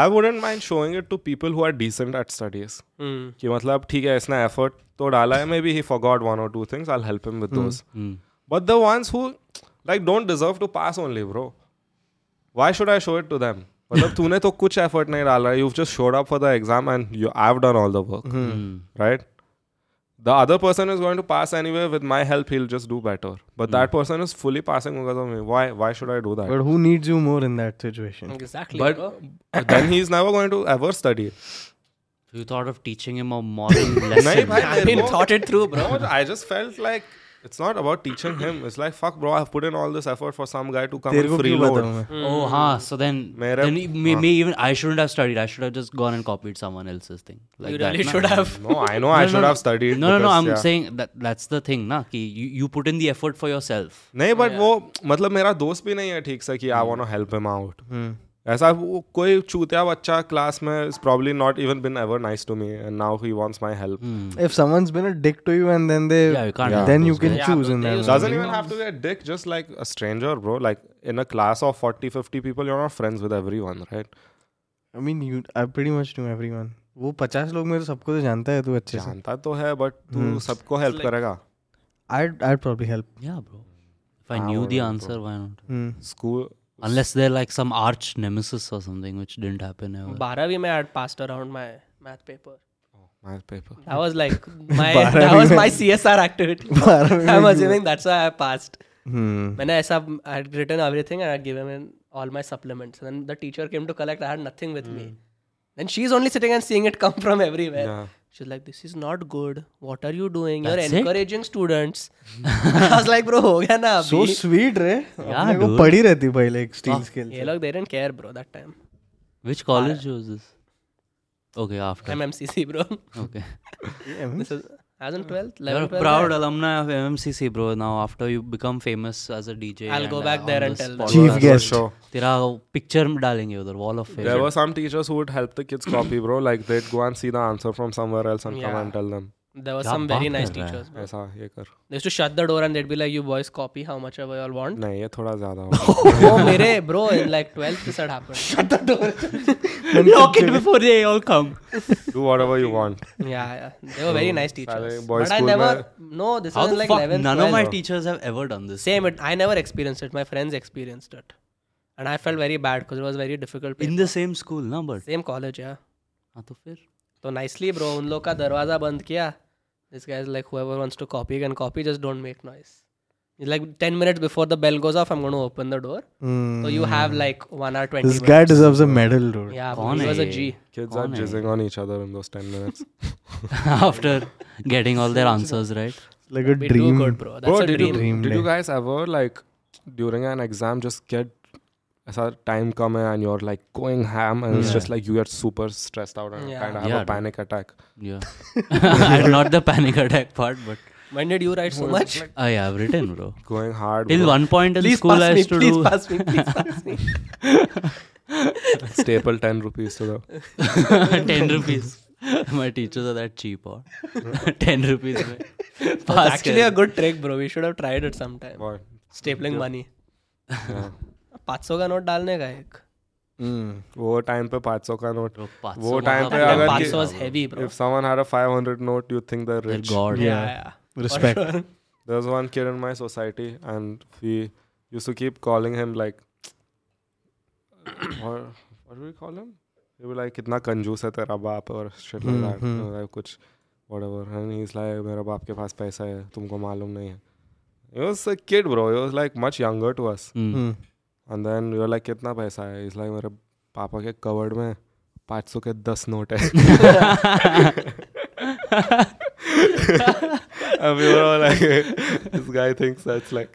Speaker 1: I wouldn't mind showing it to people who are decent at studies.
Speaker 3: Hmm.
Speaker 1: कि मतलब ठीक है इसने effort तो डाला है maybe he forgot one और two things I help him with those but the ones who like don't deserve to pass only bro why should I show it to them मतलब तूने तो कुछ effort नहीं डाला you just showed up for the exam and you have done all the work right? The other person is going to pass anyway. With my help, he'll just do better. But that person is fully passing because of me. Why? Why should I do that?
Speaker 2: But who needs you more in that situation?
Speaker 3: Exactly.
Speaker 1: But,
Speaker 3: bro.
Speaker 1: then he's never going to ever study.
Speaker 4: You thought of teaching him a moral
Speaker 1: Nahi,
Speaker 4: lesson. Hmm.
Speaker 1: bhai,
Speaker 3: I
Speaker 1: मेरे
Speaker 3: mean,
Speaker 1: को-
Speaker 3: thought it through, bro.
Speaker 1: No, I just felt like it's not about teaching him. It's like fuck, bro. I've put in all this effort for some guy to come
Speaker 2: तेरे
Speaker 1: and
Speaker 2: को क्यों
Speaker 1: freeload.
Speaker 2: बताऊँ मैं?
Speaker 4: Oh, ha. So then,
Speaker 1: Mera-
Speaker 4: then e- me, me even I shouldn't have studied. I should have just gone and copied someone else's thing. Like
Speaker 3: you
Speaker 4: that,
Speaker 3: really
Speaker 4: na?
Speaker 3: should have.
Speaker 1: No, I know. I
Speaker 4: No, no,
Speaker 1: should
Speaker 4: no.
Speaker 1: have studied.
Speaker 4: No, no, no.
Speaker 1: because,
Speaker 4: I'm
Speaker 1: yeah.
Speaker 4: saying that that's the thing, na. Ki you, you put in the effort for yourself.
Speaker 1: नहीं but वो मतलब मेरा दोस्त भी नहीं है ठीक से कि
Speaker 4: Hmm.
Speaker 1: I want to help him out ऐसा वो कोई चूतिया बच्चा क्लास में is probably not even been ever nice to me and now he wants my help
Speaker 4: Hmm.
Speaker 2: If someone's been a dick to you and then they,
Speaker 4: Yeah, you can't have
Speaker 2: then you
Speaker 4: those
Speaker 2: can
Speaker 3: guys.
Speaker 2: choose
Speaker 3: Yeah,
Speaker 2: in
Speaker 3: they
Speaker 2: that.
Speaker 3: use-
Speaker 1: doesn't even have to be a dick just like a stranger bro like in a class of 40 50 people you're not friends with everyone right
Speaker 2: I mean, you, I pretty much know everyone. वो पचास लोग में तो सबको तो जानता है तू अच्छे से.
Speaker 1: जानता तो है बट
Speaker 4: Hmm.
Speaker 1: तू सबको हेल्प करेगा
Speaker 2: I'd I'd probably help.
Speaker 4: Yeah, bro. If I knew the answer, why not?
Speaker 2: Hmm.
Speaker 1: School
Speaker 4: Unless they're like some arch nemesis or something, which didn't happen ever.
Speaker 3: Baravi, mein I had passed around my math paper.
Speaker 1: my paper
Speaker 3: That was like my that was my CSR activity. I'm assuming that's why I passed.
Speaker 2: Hmm.
Speaker 3: मैंने ऐसा I had written everything and I had given in all my supplements. And then the teacher came to collect. I had nothing with me. Then she's only sitting and seeing it come from everywhere.
Speaker 1: Yeah.
Speaker 3: She's like, "This is not good. What are you doing?
Speaker 4: That's
Speaker 3: You're
Speaker 4: it?
Speaker 3: encouraging students." I was like, "Bro, हो गया ना
Speaker 2: So
Speaker 3: अभी."
Speaker 2: sweet रे.
Speaker 4: Yeah,
Speaker 2: अपने को
Speaker 4: dude.
Speaker 2: पड़ी रहती भाई like steel skill.
Speaker 3: ये लोग they didn't care, bro, that time.
Speaker 4: Which college was this? Okay, after.
Speaker 3: MMCC, bro.
Speaker 4: okay.
Speaker 3: this is I was in 12th, 11th.
Speaker 4: Hmm? You're a
Speaker 3: 12th,
Speaker 4: proud alumni of MMCC, bro. Now, after you become famous as a DJ,
Speaker 3: I'll
Speaker 4: and,
Speaker 3: go
Speaker 4: uh,
Speaker 3: back
Speaker 4: on
Speaker 3: there
Speaker 4: the
Speaker 3: and tell them.
Speaker 4: spot-
Speaker 2: Chief guest.
Speaker 1: show
Speaker 4: तेरा picture डालेंगे उधर wall of fame.
Speaker 1: there were some teachers who would help the kids copy bro like they'd go and see the answer from somewhere else and come
Speaker 3: Yeah.
Speaker 1: and tell them
Speaker 3: There were
Speaker 4: क्या
Speaker 3: some
Speaker 4: बात
Speaker 3: very nice
Speaker 4: कर रहा है?
Speaker 3: teachers. man.
Speaker 1: ऐसा ये कर
Speaker 3: They used to shut the door and they'd be like, "You boys copy how much ever you all want."
Speaker 1: नहीं ये थोड़ा ज्यादा हो
Speaker 3: oh, mere bro, in like 12th this had happened. Shut the
Speaker 4: Lock it before they all come.
Speaker 1: Do whatever you want
Speaker 3: Yeah, yeah. They were very
Speaker 4: Oh,
Speaker 3: nice teachers.
Speaker 1: सारे boys
Speaker 3: But I
Speaker 1: school
Speaker 3: never. No, this
Speaker 4: How
Speaker 3: was
Speaker 4: the
Speaker 3: in like
Speaker 4: fuck?
Speaker 3: 11th.
Speaker 4: None of
Speaker 3: 12th.
Speaker 4: my teachers have ever done this.
Speaker 3: Same. It, I never experienced it. My friends experienced it, and I felt very bad because it was very difficult.
Speaker 4: In
Speaker 3: paper.
Speaker 4: the same school, na but.
Speaker 3: same college, yeah.
Speaker 4: हाँ तो फिर
Speaker 3: तो nicely, bro, उन लोग का दरवाजा बंद किया. This guy is like, whoever wants to copy can copy, just don't make noise. It's like 10 minutes before the bell goes off, I'm going to open the door. So you have like 1 hour 20
Speaker 2: Hmm. This
Speaker 3: minutes.
Speaker 2: guy deserves a medal, dude.
Speaker 3: Yeah, bro,
Speaker 4: कौन
Speaker 3: he
Speaker 4: है
Speaker 3: was a
Speaker 4: ये?
Speaker 3: G.
Speaker 1: kids are
Speaker 4: कौन है?
Speaker 1: jizzing on each other in those 10 minutes
Speaker 4: after getting all their answers right.
Speaker 2: Like a
Speaker 3: We
Speaker 2: dream.
Speaker 3: do good, bro. That's
Speaker 1: bro
Speaker 3: a
Speaker 1: did you
Speaker 3: dream.
Speaker 2: Dream
Speaker 1: did
Speaker 2: day.
Speaker 1: you guys ever like during an exam just get ऐसा time come and you're like going ham and it's just like you get super stressed out and
Speaker 3: Yeah.
Speaker 1: kind of have
Speaker 4: Yeah,
Speaker 1: a
Speaker 4: dude.
Speaker 1: panic attack
Speaker 4: Yeah, I'm not the panic attack part, but
Speaker 3: When did you write so much?
Speaker 4: I have written, bro.
Speaker 1: going hard
Speaker 4: Till
Speaker 1: bro.
Speaker 4: one point in
Speaker 3: Please
Speaker 4: school, I
Speaker 3: pass me.
Speaker 4: used to
Speaker 3: Please
Speaker 4: do.
Speaker 3: pass me. Please pass me.
Speaker 1: staple 10 rupees to the
Speaker 4: 10 rupees. My teachers are that cheap, or 10 rupees. में
Speaker 3: That's
Speaker 4: pass
Speaker 3: actually a
Speaker 4: कर-
Speaker 3: good trick, bro. We should have tried it sometime.
Speaker 1: boy
Speaker 3: Stapling money.
Speaker 1: yeah.
Speaker 3: 500 का note डालने का एक
Speaker 2: Mm.
Speaker 1: वो time पे 500 का note
Speaker 4: Bro, 500
Speaker 1: वो
Speaker 4: वाला
Speaker 1: time पे
Speaker 4: वाला
Speaker 1: अगर
Speaker 4: वाला
Speaker 1: कि-
Speaker 3: 500 was
Speaker 4: वाला।
Speaker 3: heavy, bro.
Speaker 1: if someone had a 500 note you think they're
Speaker 4: Dear
Speaker 1: rich
Speaker 4: God.
Speaker 3: Yeah, yeah.
Speaker 2: Respect.
Speaker 3: For sure.
Speaker 1: there was one kid in my society and we used to keep calling him like or what do we call him he would be like kitna कंजूस है तेरा बाप और shit like that you
Speaker 2: Hmm,
Speaker 1: know, like कुछ whatever and he's like मेरा बाप के पास पैसा है तुमको मालूम नहीं है he was a kid bro he was like much younger to us
Speaker 4: Hmm.
Speaker 2: Mm.
Speaker 1: and then we were like कितना पैसा है he's like मेरे पापा के कवर्ड में 500 के 10 नोट है and we were all like this guy thinks that's like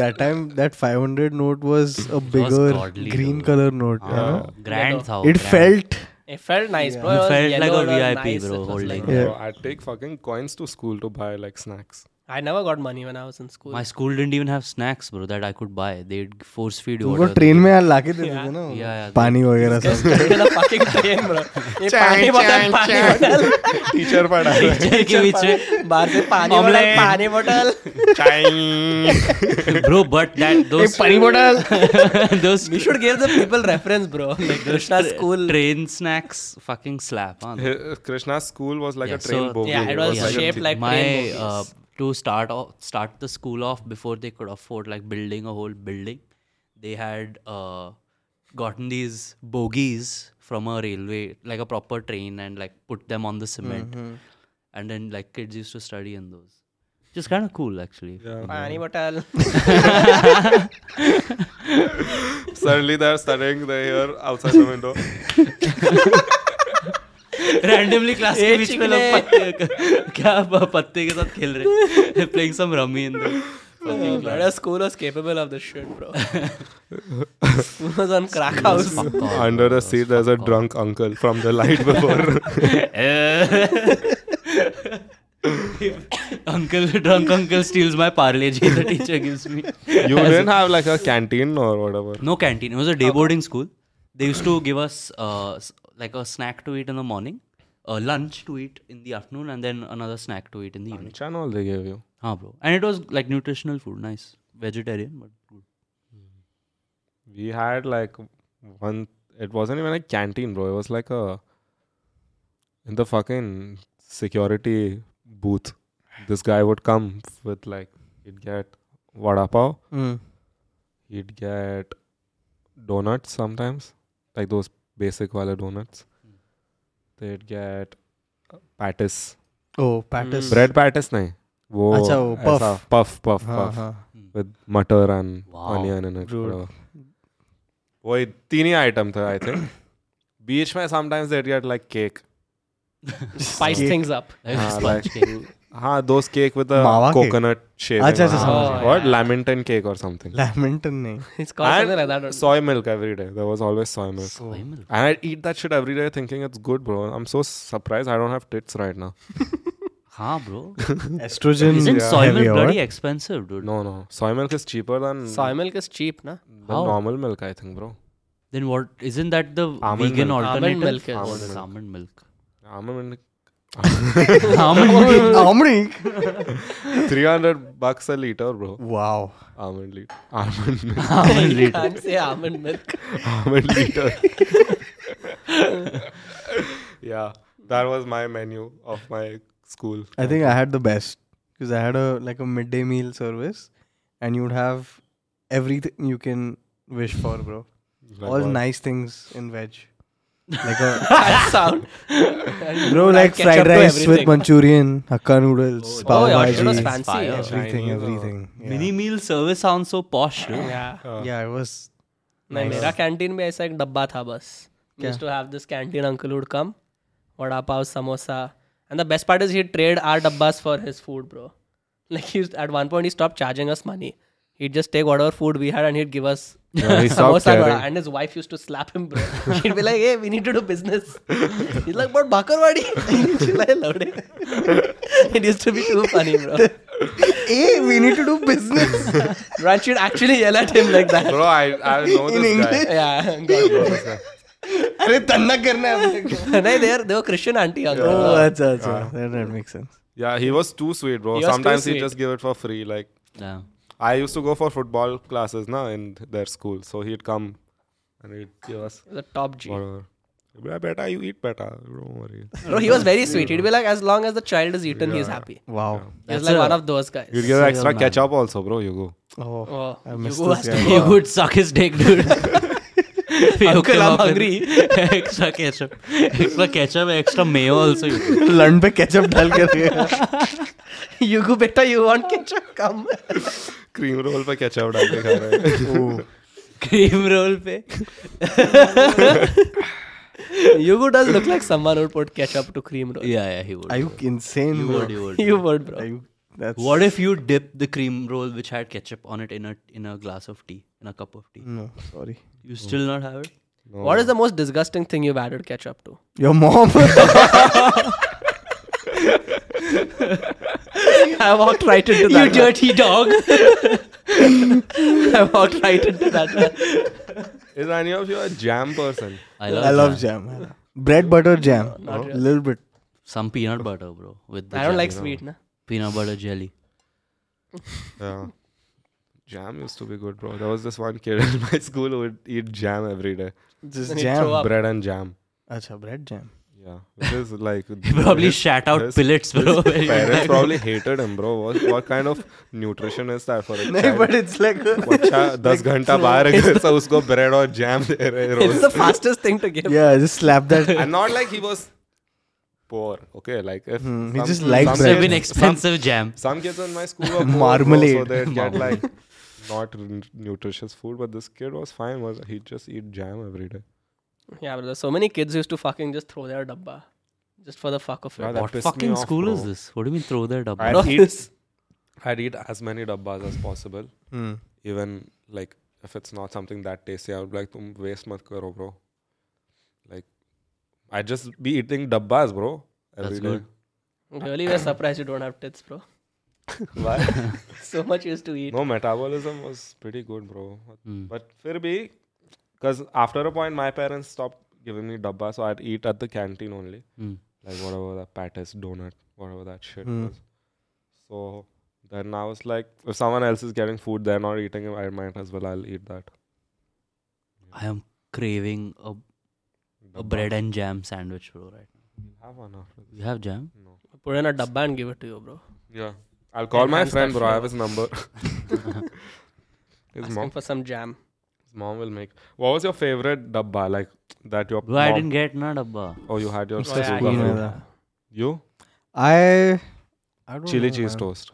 Speaker 2: that time, that 500 note was a bigger
Speaker 4: godly,
Speaker 2: green
Speaker 4: dude.
Speaker 2: color note. You
Speaker 4: हाँ,
Speaker 2: know?
Speaker 4: grand था वो,
Speaker 2: It
Speaker 4: grand.
Speaker 2: felt.
Speaker 3: It felt nice, bro.
Speaker 4: You
Speaker 3: It was
Speaker 4: felt like
Speaker 3: yellow,
Speaker 4: a
Speaker 3: it was
Speaker 4: VIP,
Speaker 3: nice,
Speaker 4: bro,
Speaker 3: it was
Speaker 4: holding.
Speaker 3: Like,
Speaker 2: Yeah.
Speaker 1: Bro, I take fucking coins to school to buy like snacks.
Speaker 3: I never got money when I was in school.
Speaker 4: My school didn't even have snacks, bro, that I could buy. They'd force feed you.
Speaker 2: उनको
Speaker 4: whatever
Speaker 2: train
Speaker 4: they-
Speaker 2: में यार लाके देते थे ना
Speaker 4: Yeah, yeah,
Speaker 2: पानी वगैरह सब
Speaker 3: Stuck in a fucking train, bro. ये पानी बोतल, पानी बोतल.
Speaker 1: Teacher पढ़ा
Speaker 4: Teacher के बीच में
Speaker 3: बाहर से पानी बोतल,
Speaker 4: Omelette.
Speaker 3: पानी बोतल.
Speaker 4: bro but that those
Speaker 2: पानी बोतल
Speaker 4: those
Speaker 3: We should give the people reference, bro. Like Krishna
Speaker 4: tra-
Speaker 3: school.
Speaker 4: train snacks fucking slap huh?
Speaker 1: Krishna's school was like
Speaker 4: Yeah,
Speaker 1: a train
Speaker 4: so-
Speaker 1: bogie.
Speaker 3: Yeah, it was
Speaker 1: a
Speaker 3: shaped
Speaker 1: thing.
Speaker 3: like
Speaker 4: my
Speaker 3: train
Speaker 4: uh,
Speaker 3: bogies.
Speaker 4: to start off start the school off before they could afford like building a whole building they had uh, gotten these bogies from a railway like a proper train and like put them on the cement
Speaker 1: Mm-hmm.
Speaker 4: and then like kids used to study in those just kind of cool actually
Speaker 3: पानी बोतल.
Speaker 1: Suddenly they're studying they hear outside the window.
Speaker 4: Randomly class के बीच में लोग पत्ते क्या प- पत्ते के साथ खेल रहे playing some rummy in
Speaker 3: But our school was capable of this shit, bro. school was on crack house.
Speaker 1: Under the seat there's a drunk uncle from the light before.
Speaker 4: uncle drunk uncle steals my parle ji the teacher gives me
Speaker 1: you didn't have like a canteen or whatever.
Speaker 4: no canteen it was a day boarding school they used to give us uh, s- like a snack to eat in the morning a lunch to eat in the afternoon and then another snack to eat in the evening
Speaker 1: Channel they gave you.
Speaker 4: ha bro and it was like nutritional food nice vegetarian but good
Speaker 1: We had like one it wasn't even a canteen, bro. It was like a in the fucking security booth. This guy would come with like he'd get vada pav,
Speaker 2: Hmm.
Speaker 1: he'd get donuts sometimes, like those basic wala donuts. They'd get uh, patties.
Speaker 2: Oh patties
Speaker 1: Bread patties nahi. वो
Speaker 2: अच्छा, वो
Speaker 1: ऐसा
Speaker 2: puff.
Speaker 1: puff puff
Speaker 2: हाँ
Speaker 1: puff
Speaker 2: हाँ
Speaker 1: with मटर and
Speaker 4: Wow.
Speaker 1: onion in it
Speaker 2: Dude.
Speaker 1: whatever. वही तीन ही आइटम थे आई थिंक बीच में sometimes they'd get like cake
Speaker 3: Spice things up.
Speaker 4: Like
Speaker 1: Ah,
Speaker 4: sponge
Speaker 1: like-
Speaker 4: cake.
Speaker 1: हाँ those cake with a
Speaker 2: मावा cake?
Speaker 1: coconut shaving
Speaker 2: अच्छा, अच्छा,
Speaker 1: on it.
Speaker 2: समझ
Speaker 3: गया.
Speaker 1: What? Lamington cake or something
Speaker 2: lamington नहीं
Speaker 3: It's called something like that.
Speaker 1: and soy milk every day there was always soy milk
Speaker 4: Soy milk.
Speaker 1: and I'd eat that shit every day thinking it's good bro I'm so surprised I don't have tits right now
Speaker 4: Ha, bro.
Speaker 2: Oestrogen
Speaker 4: Isn't soy milk bloody expensive, dude?
Speaker 1: no no soy milk is cheaper than
Speaker 3: Soy milk is cheap, na?
Speaker 1: the
Speaker 4: How?
Speaker 1: normal milk I think bro
Speaker 4: Then what? Isn't that the
Speaker 1: Almond
Speaker 4: vegan
Speaker 1: milk.
Speaker 4: alternative?
Speaker 3: Almond milk is-
Speaker 4: Almond
Speaker 1: Almond
Speaker 4: milk.
Speaker 1: almond milk
Speaker 4: how many
Speaker 2: How many?
Speaker 1: 300 bucks a liter, bro.
Speaker 2: Wow.
Speaker 1: Almond liter. Almond milk.
Speaker 4: how many
Speaker 3: You
Speaker 4: liters?
Speaker 3: can't say almond milk.
Speaker 1: Almond liter. yeah, that was my menu of my school.
Speaker 2: I think I had the best because I had a like a midday meal service, and you'd have everything you can wish for, bro.
Speaker 1: Like
Speaker 2: All
Speaker 1: what?
Speaker 2: nice things in veg, like a,
Speaker 3: That sound. And
Speaker 2: bro,
Speaker 3: add
Speaker 2: like
Speaker 3: ketchup
Speaker 2: fried
Speaker 3: to
Speaker 2: rice with
Speaker 3: everything.
Speaker 2: Manchurian, hakka noodles,
Speaker 3: Oh,
Speaker 2: pav
Speaker 3: yeah,
Speaker 2: bhaji,
Speaker 3: shit was
Speaker 4: Fire.
Speaker 3: fancy. yeah.
Speaker 2: everything,
Speaker 1: Chinese, uh,
Speaker 2: everything.
Speaker 4: Mini
Speaker 2: Yeah.
Speaker 4: meal service sounds so posh. No?
Speaker 3: Yeah.
Speaker 1: Uh,
Speaker 2: yeah, it was.
Speaker 3: Oh, नहीं
Speaker 2: Nice.
Speaker 3: मेरा canteen में ऐसा एक डब्बा था बस
Speaker 2: क्या?
Speaker 3: Used to have this canteen uncle would come vada pav samosa and the best part is he trade our dabbas for his food bro like he at one point he stop charging us money he just take whatever food we had and he'd give us
Speaker 1: Yeah, he stopped
Speaker 3: samosa
Speaker 1: caring.
Speaker 3: vada and his wife used to slap him bro she'd be like hey we need to do business he's like but bakarwadi she's like loved it it used to be too funny bro
Speaker 2: Hey, we need to do business
Speaker 3: Raj should actually yell at him like that
Speaker 1: Bro, I, I know this
Speaker 2: in
Speaker 1: guy.
Speaker 2: English.
Speaker 3: yeah God.
Speaker 2: अरे तन्ना करना है अपने को।
Speaker 3: नहीं देर दे वो क्रिश्चियन आंटी
Speaker 2: Oh,
Speaker 3: अंकल
Speaker 2: अच्छा अच्छा. That that makes sense.
Speaker 1: Yeah, he was too sweet, bro.
Speaker 3: He was too
Speaker 1: Sometimes he
Speaker 3: sweet.
Speaker 1: just give it for free. Like
Speaker 4: Yeah.
Speaker 1: I used to go for football classes now in their school, so he'd come and he'd give us
Speaker 3: the top G.
Speaker 1: whatever. Bro, beta, you eat better. Don't worry.
Speaker 3: Bro, he was very sweet. He'd be like, as long as the child is eaten, he's happy.
Speaker 2: Wow.
Speaker 3: He was
Speaker 4: That's
Speaker 3: like
Speaker 4: a-
Speaker 3: one of those guys.
Speaker 1: You'd give
Speaker 4: Serial
Speaker 1: extra
Speaker 4: man.
Speaker 1: ketchup also, bro. You go.
Speaker 2: Oh,
Speaker 3: Oh,
Speaker 2: I missed
Speaker 3: Yugo
Speaker 2: this
Speaker 3: has to
Speaker 2: guy.
Speaker 3: go.
Speaker 4: You would suck his dick, dude. We hooked
Speaker 3: Uncle,
Speaker 4: him
Speaker 3: I'm
Speaker 4: up with
Speaker 3: hungry.
Speaker 4: extra ketchup. Extra ketchup, extra mayo also. you do.
Speaker 2: लंड पे ketchup डाल कर
Speaker 3: Yugo, beta, you want ketchup? Come.
Speaker 1: Cream roll पे ketchup डाल के खा रहे हैं.
Speaker 4: Cream roll pe.
Speaker 3: Yugo does look like someone who would put ketchup to cream roll.
Speaker 4: Yeah, yeah, he would.
Speaker 2: Are you insane?
Speaker 4: you
Speaker 2: bro?
Speaker 4: would, you would.
Speaker 3: You would, bro.
Speaker 2: Are you? That's
Speaker 4: What if you dip the cream roll which had ketchup on it in a in a glass of tea, in a cup of tea?
Speaker 2: no. Sorry.
Speaker 4: You still not have it?
Speaker 3: What is the most disgusting thing you've added ketchup to?
Speaker 2: Your mom.
Speaker 3: I walked right into that.
Speaker 4: You dirty dog.
Speaker 3: I walked right into that.
Speaker 1: Is any of you a jam person?
Speaker 4: I love,
Speaker 2: I love
Speaker 4: jam.
Speaker 2: jam. I love- Bread butter jam.
Speaker 3: not
Speaker 2: A little bit.
Speaker 4: Some peanut butter, bro. With the
Speaker 3: I don't
Speaker 4: jelly.
Speaker 3: like sweet, na.
Speaker 4: peanut butter jelly.
Speaker 1: Yeah. Jam used to be good, bro. There was this one kid in my school who would eat jam every day.
Speaker 2: Just
Speaker 3: Then you throw
Speaker 2: jam.
Speaker 3: up.
Speaker 1: Bread and jam.
Speaker 2: Acha bread jam.
Speaker 1: Yeah. Which is like
Speaker 4: He probably
Speaker 1: his
Speaker 4: shat out
Speaker 1: his-
Speaker 4: pellets, bro.
Speaker 1: parents probably hated him, bro. What, what kind of nutrition is that for a
Speaker 2: No,
Speaker 1: child?
Speaker 2: but it's like.
Speaker 1: बच्चा दस घंटा बाहर है घर से उसको bread और jam दे रहे हैं
Speaker 3: It's
Speaker 1: rose
Speaker 3: the fastest thing to give.
Speaker 2: Yeah, just slap that.
Speaker 1: and not like he was poor okay like if
Speaker 2: Hmm, he
Speaker 1: some-
Speaker 2: just liked
Speaker 1: some
Speaker 4: must have
Speaker 2: bread.
Speaker 4: been
Speaker 1: kids-
Speaker 4: expensive jam.
Speaker 1: some kids in my school were poor,
Speaker 2: Marmalade.
Speaker 1: bro, so they'd get like not n- nutritious food but this kid was fine was he just eat jam every day
Speaker 3: Yeah, brother. So many kids used to fucking just throw their dabba. Just for the fuck of it.
Speaker 1: Yeah, that
Speaker 4: What
Speaker 1: pissed me
Speaker 4: fucking
Speaker 1: off,
Speaker 4: school
Speaker 1: bro.
Speaker 4: is this? What do you mean throw that up?
Speaker 1: I'd
Speaker 4: bro?
Speaker 1: eat I'd eat as many dabbas as possible
Speaker 2: Hmm.
Speaker 1: even like if it's not something that tasty, I would be like, "Tum waste mat karo, bro." Like, I'd just be eating dabbas, bro. every
Speaker 4: That's
Speaker 1: day.
Speaker 4: good.
Speaker 3: Really, we're surprised you don't have tits, bro.
Speaker 1: Why?
Speaker 3: So much used to eat.
Speaker 1: no, metabolism was pretty good, bro.
Speaker 4: Hmm.
Speaker 1: But fir bhi, because after a point, my parents stopped giving me dabba, so I'd eat at the canteen only,
Speaker 4: Hmm.
Speaker 1: like whatever the patties, donut, whatever that shit
Speaker 2: Hmm.
Speaker 1: was. So then I was like, if someone else is getting food, they're not eating it. I might as well I'll eat that.
Speaker 4: I am craving a, a
Speaker 1: Dabba.
Speaker 4: bread and jam sandwich, bro. Right?
Speaker 1: Have one after this.
Speaker 4: You have jam?
Speaker 1: No.
Speaker 3: Put in a dabba and give it to you, bro.
Speaker 1: Yeah. I'll call my
Speaker 3: Enhance that
Speaker 1: friend, bro. I have
Speaker 3: flavor.
Speaker 1: his number. his,
Speaker 3: Ask him
Speaker 1: mom,
Speaker 3: for some jam.
Speaker 1: his mom will make. What was your favorite dabba? Like that your
Speaker 4: Bro, I
Speaker 1: mom-
Speaker 4: didn't get na dabba.
Speaker 1: Oh, you had your
Speaker 3: Oh,
Speaker 1: sugar
Speaker 3: yeah, I
Speaker 2: You know
Speaker 1: fruit.
Speaker 2: that.
Speaker 1: You?
Speaker 2: I. I don't
Speaker 1: Chili
Speaker 2: know,
Speaker 1: cheese
Speaker 2: man.
Speaker 1: toast.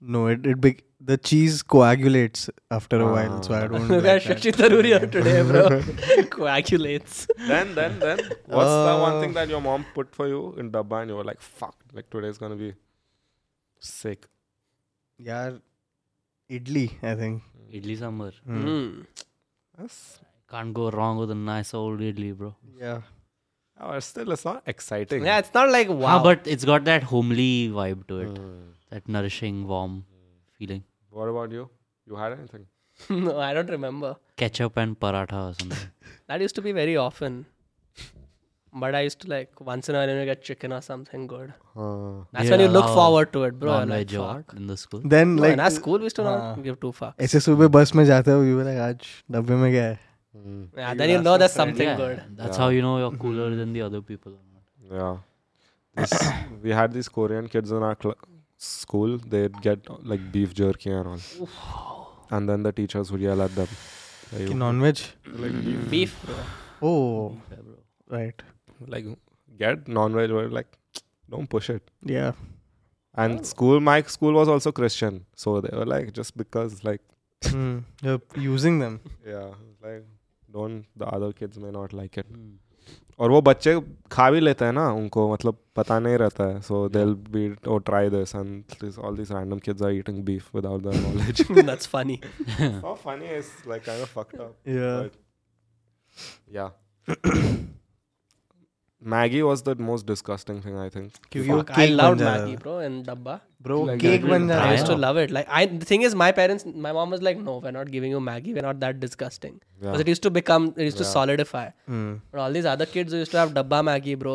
Speaker 2: No, it it bec- the cheese coagulates after a while, so I
Speaker 1: Ah.
Speaker 2: don't.
Speaker 3: Look at
Speaker 2: like that.
Speaker 3: Shishit Tharoor here today, bro. Coagulates.
Speaker 1: Then, then, then. What's the one thing
Speaker 2: Uh,
Speaker 1: that your mom put for you in dabba and you were like, fuck, like today's gonna be sick.
Speaker 2: Yeah, idli. I think.
Speaker 4: Idli sambar.
Speaker 2: Hmm.
Speaker 3: Hmm.
Speaker 1: Yes.
Speaker 4: Can't go wrong with a nice old idli, bro.
Speaker 2: Yeah.
Speaker 1: Oh, still, it's not exciting.
Speaker 3: Yeah, it's not like
Speaker 4: Wow.
Speaker 3: wow.
Speaker 4: but it's got that homely vibe to it.
Speaker 1: Mm.
Speaker 4: That nourishing, warm
Speaker 3: Hmm.
Speaker 4: feeling.
Speaker 1: What about you? You had anything?
Speaker 3: no, I don't remember.
Speaker 4: Ketchup and paratha or something.
Speaker 3: That used to be very often. But I used to like once in a while when you get chicken or something good.
Speaker 1: हाँ
Speaker 3: That's when you look
Speaker 4: Yeah.
Speaker 3: forward to it, bro. I'm
Speaker 4: by
Speaker 3: like,
Speaker 4: Jawad
Speaker 3: fuck.
Speaker 4: in the school.
Speaker 2: Then
Speaker 3: No, in our
Speaker 2: like
Speaker 3: school, we used to
Speaker 2: हाँ.
Speaker 3: not give two fucks.
Speaker 2: ऐसे सुबह बस में जाते हो you like आज डब्बे में क्या है
Speaker 1: mm.
Speaker 3: Yeah, then you know there's something
Speaker 4: Yeah,
Speaker 3: good.
Speaker 4: That's how you know you're cooler than the other people. or not.
Speaker 1: Yeah. This, we had these Korean kids in our cl- school. They'd get like beef jerky and all. And then the teachers would yell at them. "Are
Speaker 2: कि Oh.
Speaker 1: you-
Speaker 2: non veg
Speaker 3: Beef, bro.
Speaker 2: Oh
Speaker 4: Yeah, bro.
Speaker 2: Right
Speaker 1: like, get non veg. We're like, don't push it.
Speaker 2: या
Speaker 1: And school, my school was also Christian. So they were like, just because, like,
Speaker 2: Hmm. Using them
Speaker 1: yeah, like, don't, the other kids may not like it.
Speaker 3: Hmm.
Speaker 1: और वो बच्चे खा भी लेते हैं ना उनको मतलब पता नहीं रहता है so they be oh try this and all this random kids are eating beef without their knowledge
Speaker 3: That's funny.
Speaker 1: How funny is like kind of fucked up.
Speaker 2: Yeah.
Speaker 1: But yeah. Maggie was the most disgusting thing I think.
Speaker 2: क्योंकि वो
Speaker 3: Fuck, I
Speaker 2: cake
Speaker 3: loved
Speaker 2: बन जा रहा
Speaker 3: Maggie,
Speaker 2: था।
Speaker 3: bro, in Dabba.
Speaker 2: Bro,
Speaker 1: Like
Speaker 2: cake
Speaker 1: that
Speaker 2: बन जा
Speaker 3: I
Speaker 2: रहा
Speaker 4: I
Speaker 3: used
Speaker 2: था
Speaker 3: to
Speaker 4: know.
Speaker 3: love it. Like I, the thing is, my parents, my mom was like, "No, we're not giving you Maggie. We're not that disgusting." Because it used to become, it used to solidify.
Speaker 2: Hmm.
Speaker 3: But all these other kids who used to have dabba Maggie, bro.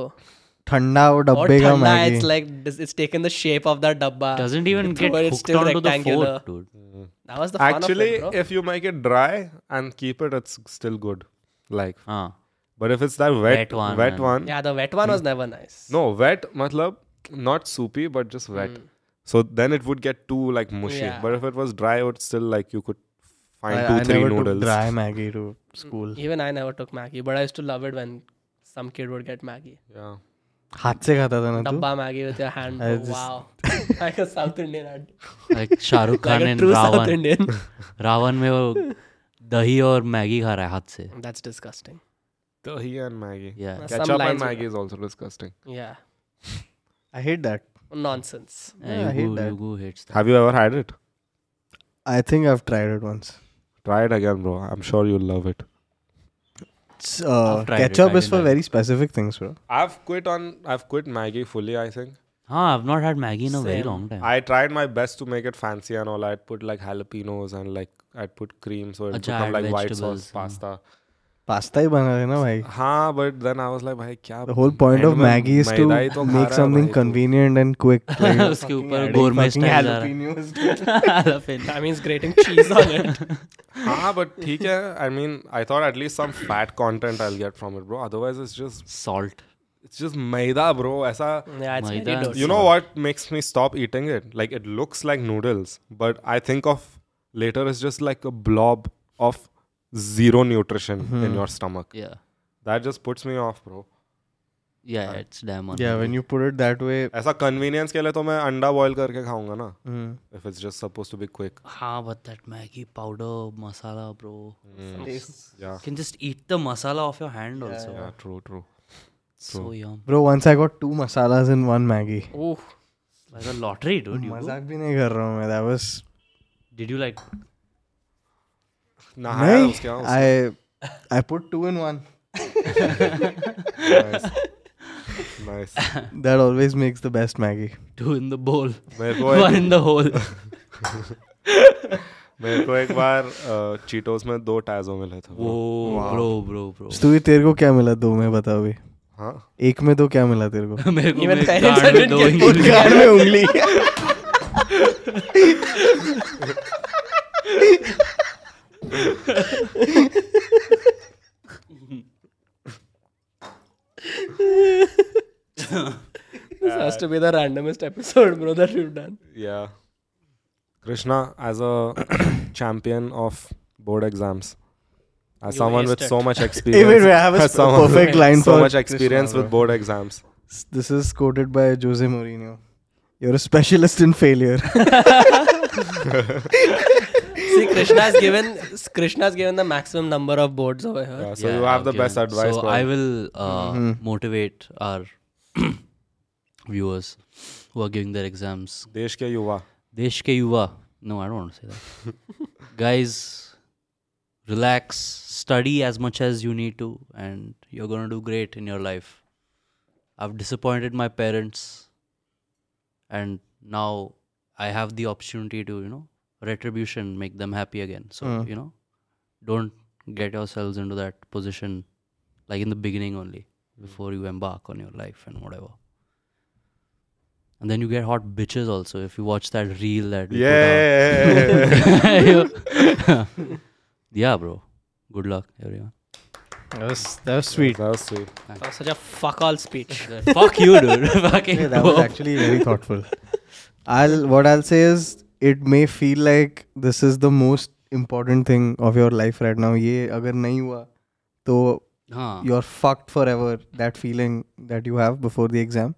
Speaker 2: ठंडा वो
Speaker 3: Or
Speaker 2: डब्बे का
Speaker 3: thanda, it's
Speaker 2: Maggi
Speaker 3: like dis- it's taken the shape of that dabba.
Speaker 4: Doesn't even get
Speaker 3: But it's
Speaker 4: hooked
Speaker 3: still
Speaker 4: onto the
Speaker 3: rectangular.
Speaker 4: fork, dude.
Speaker 3: That was the fun
Speaker 1: Actually,
Speaker 3: of it, bro.
Speaker 1: if you make it dry and keep it, it's still good. Like,
Speaker 4: Ah,
Speaker 1: but if it's that wet,
Speaker 4: Wet one,
Speaker 1: wet
Speaker 4: man.
Speaker 1: one,
Speaker 3: yeah, the wet one was never nice.
Speaker 1: Hmm. no wet, matlab not soupy, but just wet. So then it would get too like mushy.
Speaker 3: Hmm. Yeah.
Speaker 1: But if it was dry, it would still like you could find
Speaker 2: I-
Speaker 1: two
Speaker 2: I
Speaker 1: three
Speaker 2: never took
Speaker 1: noodles.
Speaker 2: dry Maggie to school.
Speaker 3: Even I never took Maggie, but I used to love it when some kid would get Maggie.
Speaker 1: Yeah.
Speaker 2: हाथ से खाता था ना तू
Speaker 3: Dabba Maggie with your hand.
Speaker 2: I
Speaker 3: Bro.
Speaker 2: just-
Speaker 3: Wow. like a South Indian. ad.
Speaker 4: like Shah Rukh
Speaker 3: Like
Speaker 4: Khan
Speaker 3: a
Speaker 4: in
Speaker 3: true South
Speaker 4: Ravan.
Speaker 3: Indian.
Speaker 4: Ravan में वो दही और मैगी खा रहा है हाथ से
Speaker 3: That's disgusting.
Speaker 1: Dahi and Maggie.
Speaker 4: या
Speaker 3: Some
Speaker 1: Ketchup and
Speaker 3: lines were-
Speaker 1: Maggie is also disgusting.
Speaker 3: Yeah.
Speaker 2: I hate that.
Speaker 3: Nonsense.
Speaker 2: Yeah, I hate that.
Speaker 4: युगु hates
Speaker 1: Have you ever had it?
Speaker 2: I think I've tried it once.
Speaker 1: Try it again, bro. I'm sure you'll love it.
Speaker 2: It's, uh,
Speaker 4: I've tried it.
Speaker 2: ketchup
Speaker 4: I
Speaker 2: is
Speaker 4: didn't
Speaker 2: for
Speaker 4: like it.
Speaker 2: very specific things, bro.
Speaker 1: I've quit on. I've quit Maggie fully. I think
Speaker 4: हाँ I have not had Maggi in a very
Speaker 3: Same.
Speaker 4: Long time
Speaker 1: I tried my best to make it fancy and all. I'd put like jalapenos and like I'd put cream, so it
Speaker 4: Acha,
Speaker 1: become
Speaker 4: add
Speaker 1: like white sauce
Speaker 4: vegetables,
Speaker 1: pasta.
Speaker 2: Pasta ही बना रहे ना भाई.
Speaker 1: हाँ, but then I was like, भाई क्या?
Speaker 2: The whole point of
Speaker 1: end में
Speaker 2: Maggie is
Speaker 1: मैदा ही तो
Speaker 2: to
Speaker 1: खा
Speaker 2: make
Speaker 1: रहा है
Speaker 2: something
Speaker 1: भाई तू।
Speaker 2: convenient and quick. Like,
Speaker 4: उसके ऊपर
Speaker 2: adding
Speaker 4: गोरमे
Speaker 2: fucking
Speaker 4: स्टाइल जा
Speaker 2: jalapenos.
Speaker 4: रहा
Speaker 3: That means grating cheese on it.
Speaker 1: हाँ, but ठीक है. I mean, I thought at least some fat content I'll get from it, bro. Otherwise, it's just
Speaker 4: salt
Speaker 1: it's just maida, bro. ऐसा
Speaker 3: Yeah, it's very
Speaker 4: Maida.
Speaker 3: dirty.
Speaker 1: You know what makes me stop eating it? Like it looks like noodles, but I think of later as just like a blob of zero nutrition in your stomach.
Speaker 4: या
Speaker 1: That just puts me off, bro.
Speaker 4: या
Speaker 1: Uh,
Speaker 4: it's damn
Speaker 2: Yeah, when you put it that way.
Speaker 1: ऐसा convenience के लिए तो मैं अंडा boil करके खाऊंगा ना.
Speaker 2: Mm.
Speaker 1: If it's just supposed to be quick.
Speaker 4: हाँ but that Maggi powder masala bro
Speaker 1: Hmm. Mm, Yeah.
Speaker 4: Can just eat the masala off your hand also
Speaker 1: Yeah, true, true.
Speaker 4: So yum
Speaker 2: Bro, once I got two masalas in one Maggie.
Speaker 3: Ooh.
Speaker 4: Like a lottery dude you
Speaker 2: मजाक भी नहीं कर रहा हूँ मैं. That was
Speaker 4: did you like
Speaker 1: नहाया हाँ, उसके
Speaker 2: नहीं.
Speaker 1: यहाँ
Speaker 2: I I put two in one.
Speaker 1: उसने? Nice.
Speaker 2: That always makes the best Maggie.
Speaker 4: Two in the बोल
Speaker 1: मेरे को
Speaker 4: वन
Speaker 1: एक
Speaker 4: इन द होल
Speaker 1: मेरे को एक बार चीटोस में दो टैजो मिले थे
Speaker 4: वो ब्रो ब्रो ब्रो
Speaker 2: तू तेरे को क्या मिला दो में बता अभी
Speaker 1: हाँ
Speaker 2: एक में तो क्या मिला तेरे को
Speaker 4: मेरे को
Speaker 3: Even
Speaker 4: मेरे
Speaker 3: parents
Speaker 4: कान में
Speaker 3: didn't
Speaker 4: दो
Speaker 3: get
Speaker 4: इंगली-
Speaker 2: कान में उंगली
Speaker 3: This has to be the randomest episode, bro, that we've done.
Speaker 1: Yeah. Krishna, as a champion of board exams, as
Speaker 3: You
Speaker 1: someone with
Speaker 3: aced
Speaker 1: so
Speaker 3: it.
Speaker 1: much
Speaker 2: Hey,
Speaker 1: experience,
Speaker 2: wait, wait, I have a
Speaker 1: as
Speaker 2: sp-
Speaker 1: someone
Speaker 2: perfect
Speaker 1: with
Speaker 2: line
Speaker 1: so
Speaker 2: for
Speaker 1: much experience
Speaker 2: Krishna,
Speaker 1: with board exams.
Speaker 2: This is quoted by Jose Mourinho. You're a specialist in failure.
Speaker 3: See, Krishna's given Krishna's given the maximum number of boards over here.
Speaker 1: Yeah, so
Speaker 4: Yeah,
Speaker 1: you have
Speaker 4: I've
Speaker 1: the best
Speaker 4: given-
Speaker 1: advice. Mm-hmm.
Speaker 4: So
Speaker 1: bro.
Speaker 4: I will uh, motivate our viewers who are giving their exams.
Speaker 1: देश के युवा.
Speaker 4: Desh ke yuva. No, I don't want to say that. Guys, relax, study as much as you need to, and you're gonna do great in your life. I've disappointed my parents, and now I have the opportunity to, you know, retribution, make them happy again. So you know, don't get yourselves into that position like in the beginning only. before you embark on your life and whatever. And then you get hot bitches also if you watch that reel that. we put out.
Speaker 1: Yeah.
Speaker 4: yeah, bro. Good luck, everyone.
Speaker 2: That was that was sweet.
Speaker 1: that was sweet.
Speaker 3: That was such a fuck all speech.
Speaker 4: Fuck you, dude. Fucking
Speaker 2: Yeah, that was
Speaker 4: dope.
Speaker 2: actually very thoughtful. I'll what I'll say is it may feel like this is the most important thing of your life right now. ये अगर नहीं हुआ तो
Speaker 4: Huh.
Speaker 2: you're fucked forever. That feeling that you have before the exam,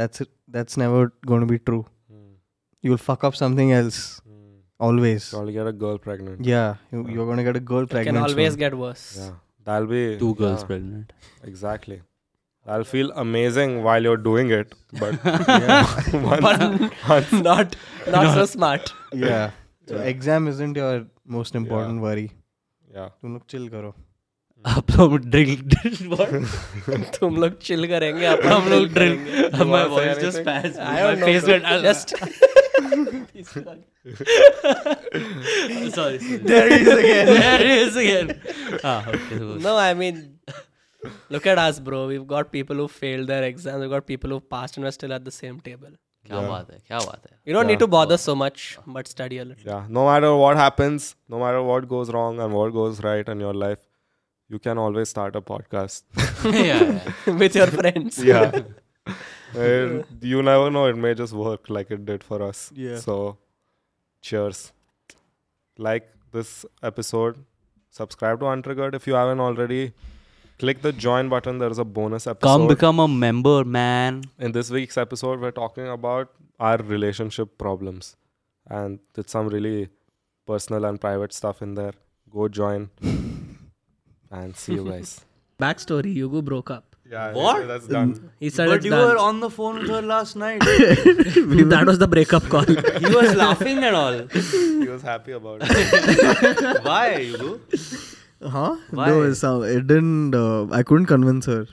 Speaker 2: that's that's never going to be true.
Speaker 1: Hmm.
Speaker 2: You'll fuck up something else always.
Speaker 1: Surely get a girl pregnant.
Speaker 2: Yeah, you, you're gonna get a girl
Speaker 3: It can
Speaker 2: pregnant.
Speaker 3: always
Speaker 2: soon.
Speaker 3: get worse.
Speaker 1: Yeah. That'll be
Speaker 4: Two girls
Speaker 1: yeah,
Speaker 4: pregnant.
Speaker 1: Exactly. That'll feel amazing while you're doing it, but once, once
Speaker 3: not not so smart.
Speaker 2: yeah. So exam isn't your most important worry.
Speaker 1: yeah.
Speaker 2: तुम लोग chill करो.
Speaker 4: आप लोग drill what?
Speaker 3: तुम लोग chill करेंगे अपन
Speaker 4: हम लोग
Speaker 3: drill
Speaker 4: ड्रिल
Speaker 3: करेंगे।
Speaker 4: my
Speaker 1: wanna say
Speaker 4: voice just
Speaker 1: anything?
Speaker 4: passed
Speaker 3: I
Speaker 4: my
Speaker 3: don't know.
Speaker 4: face
Speaker 3: bro.
Speaker 4: went
Speaker 3: Just
Speaker 4: sorry, sorry. there is again there is again ah, okay, so-
Speaker 3: no, I mean, look at us, bro. We've got people who failed their exams. We've got people who passed and are still at the same table.
Speaker 4: क्या बात है क्या बात है
Speaker 3: You don't need to bother so much, but study a little.
Speaker 1: Yeah. No matter what happens, no matter what goes wrong and what goes right in your life, you can always start a podcast.
Speaker 4: Yeah, yeah.
Speaker 3: with your friends.
Speaker 1: yeah. Uh, you never know. It may just work like it did for us.
Speaker 2: Yeah.
Speaker 1: So, cheers. Like this episode, subscribe to Untriggered if you haven't already. Click the join button. There is a bonus episode.
Speaker 4: come become a member man
Speaker 1: In this week's episode, we're talking about our relationship problems, and it's some really personal and private stuff in there. Go join, and see you guys.
Speaker 3: Backstory: Yugo broke up.
Speaker 1: Yeah,
Speaker 4: What?
Speaker 1: That's done.
Speaker 3: He said
Speaker 4: but
Speaker 3: it's
Speaker 4: you
Speaker 3: done.
Speaker 4: were on the phone with her last night
Speaker 3: that was the breakup call.
Speaker 4: he was laughing and all
Speaker 1: he was happy about it.
Speaker 4: why you
Speaker 2: Huh?
Speaker 4: Why?
Speaker 2: No, it, sound, it didn't. Uh, I couldn't convince her.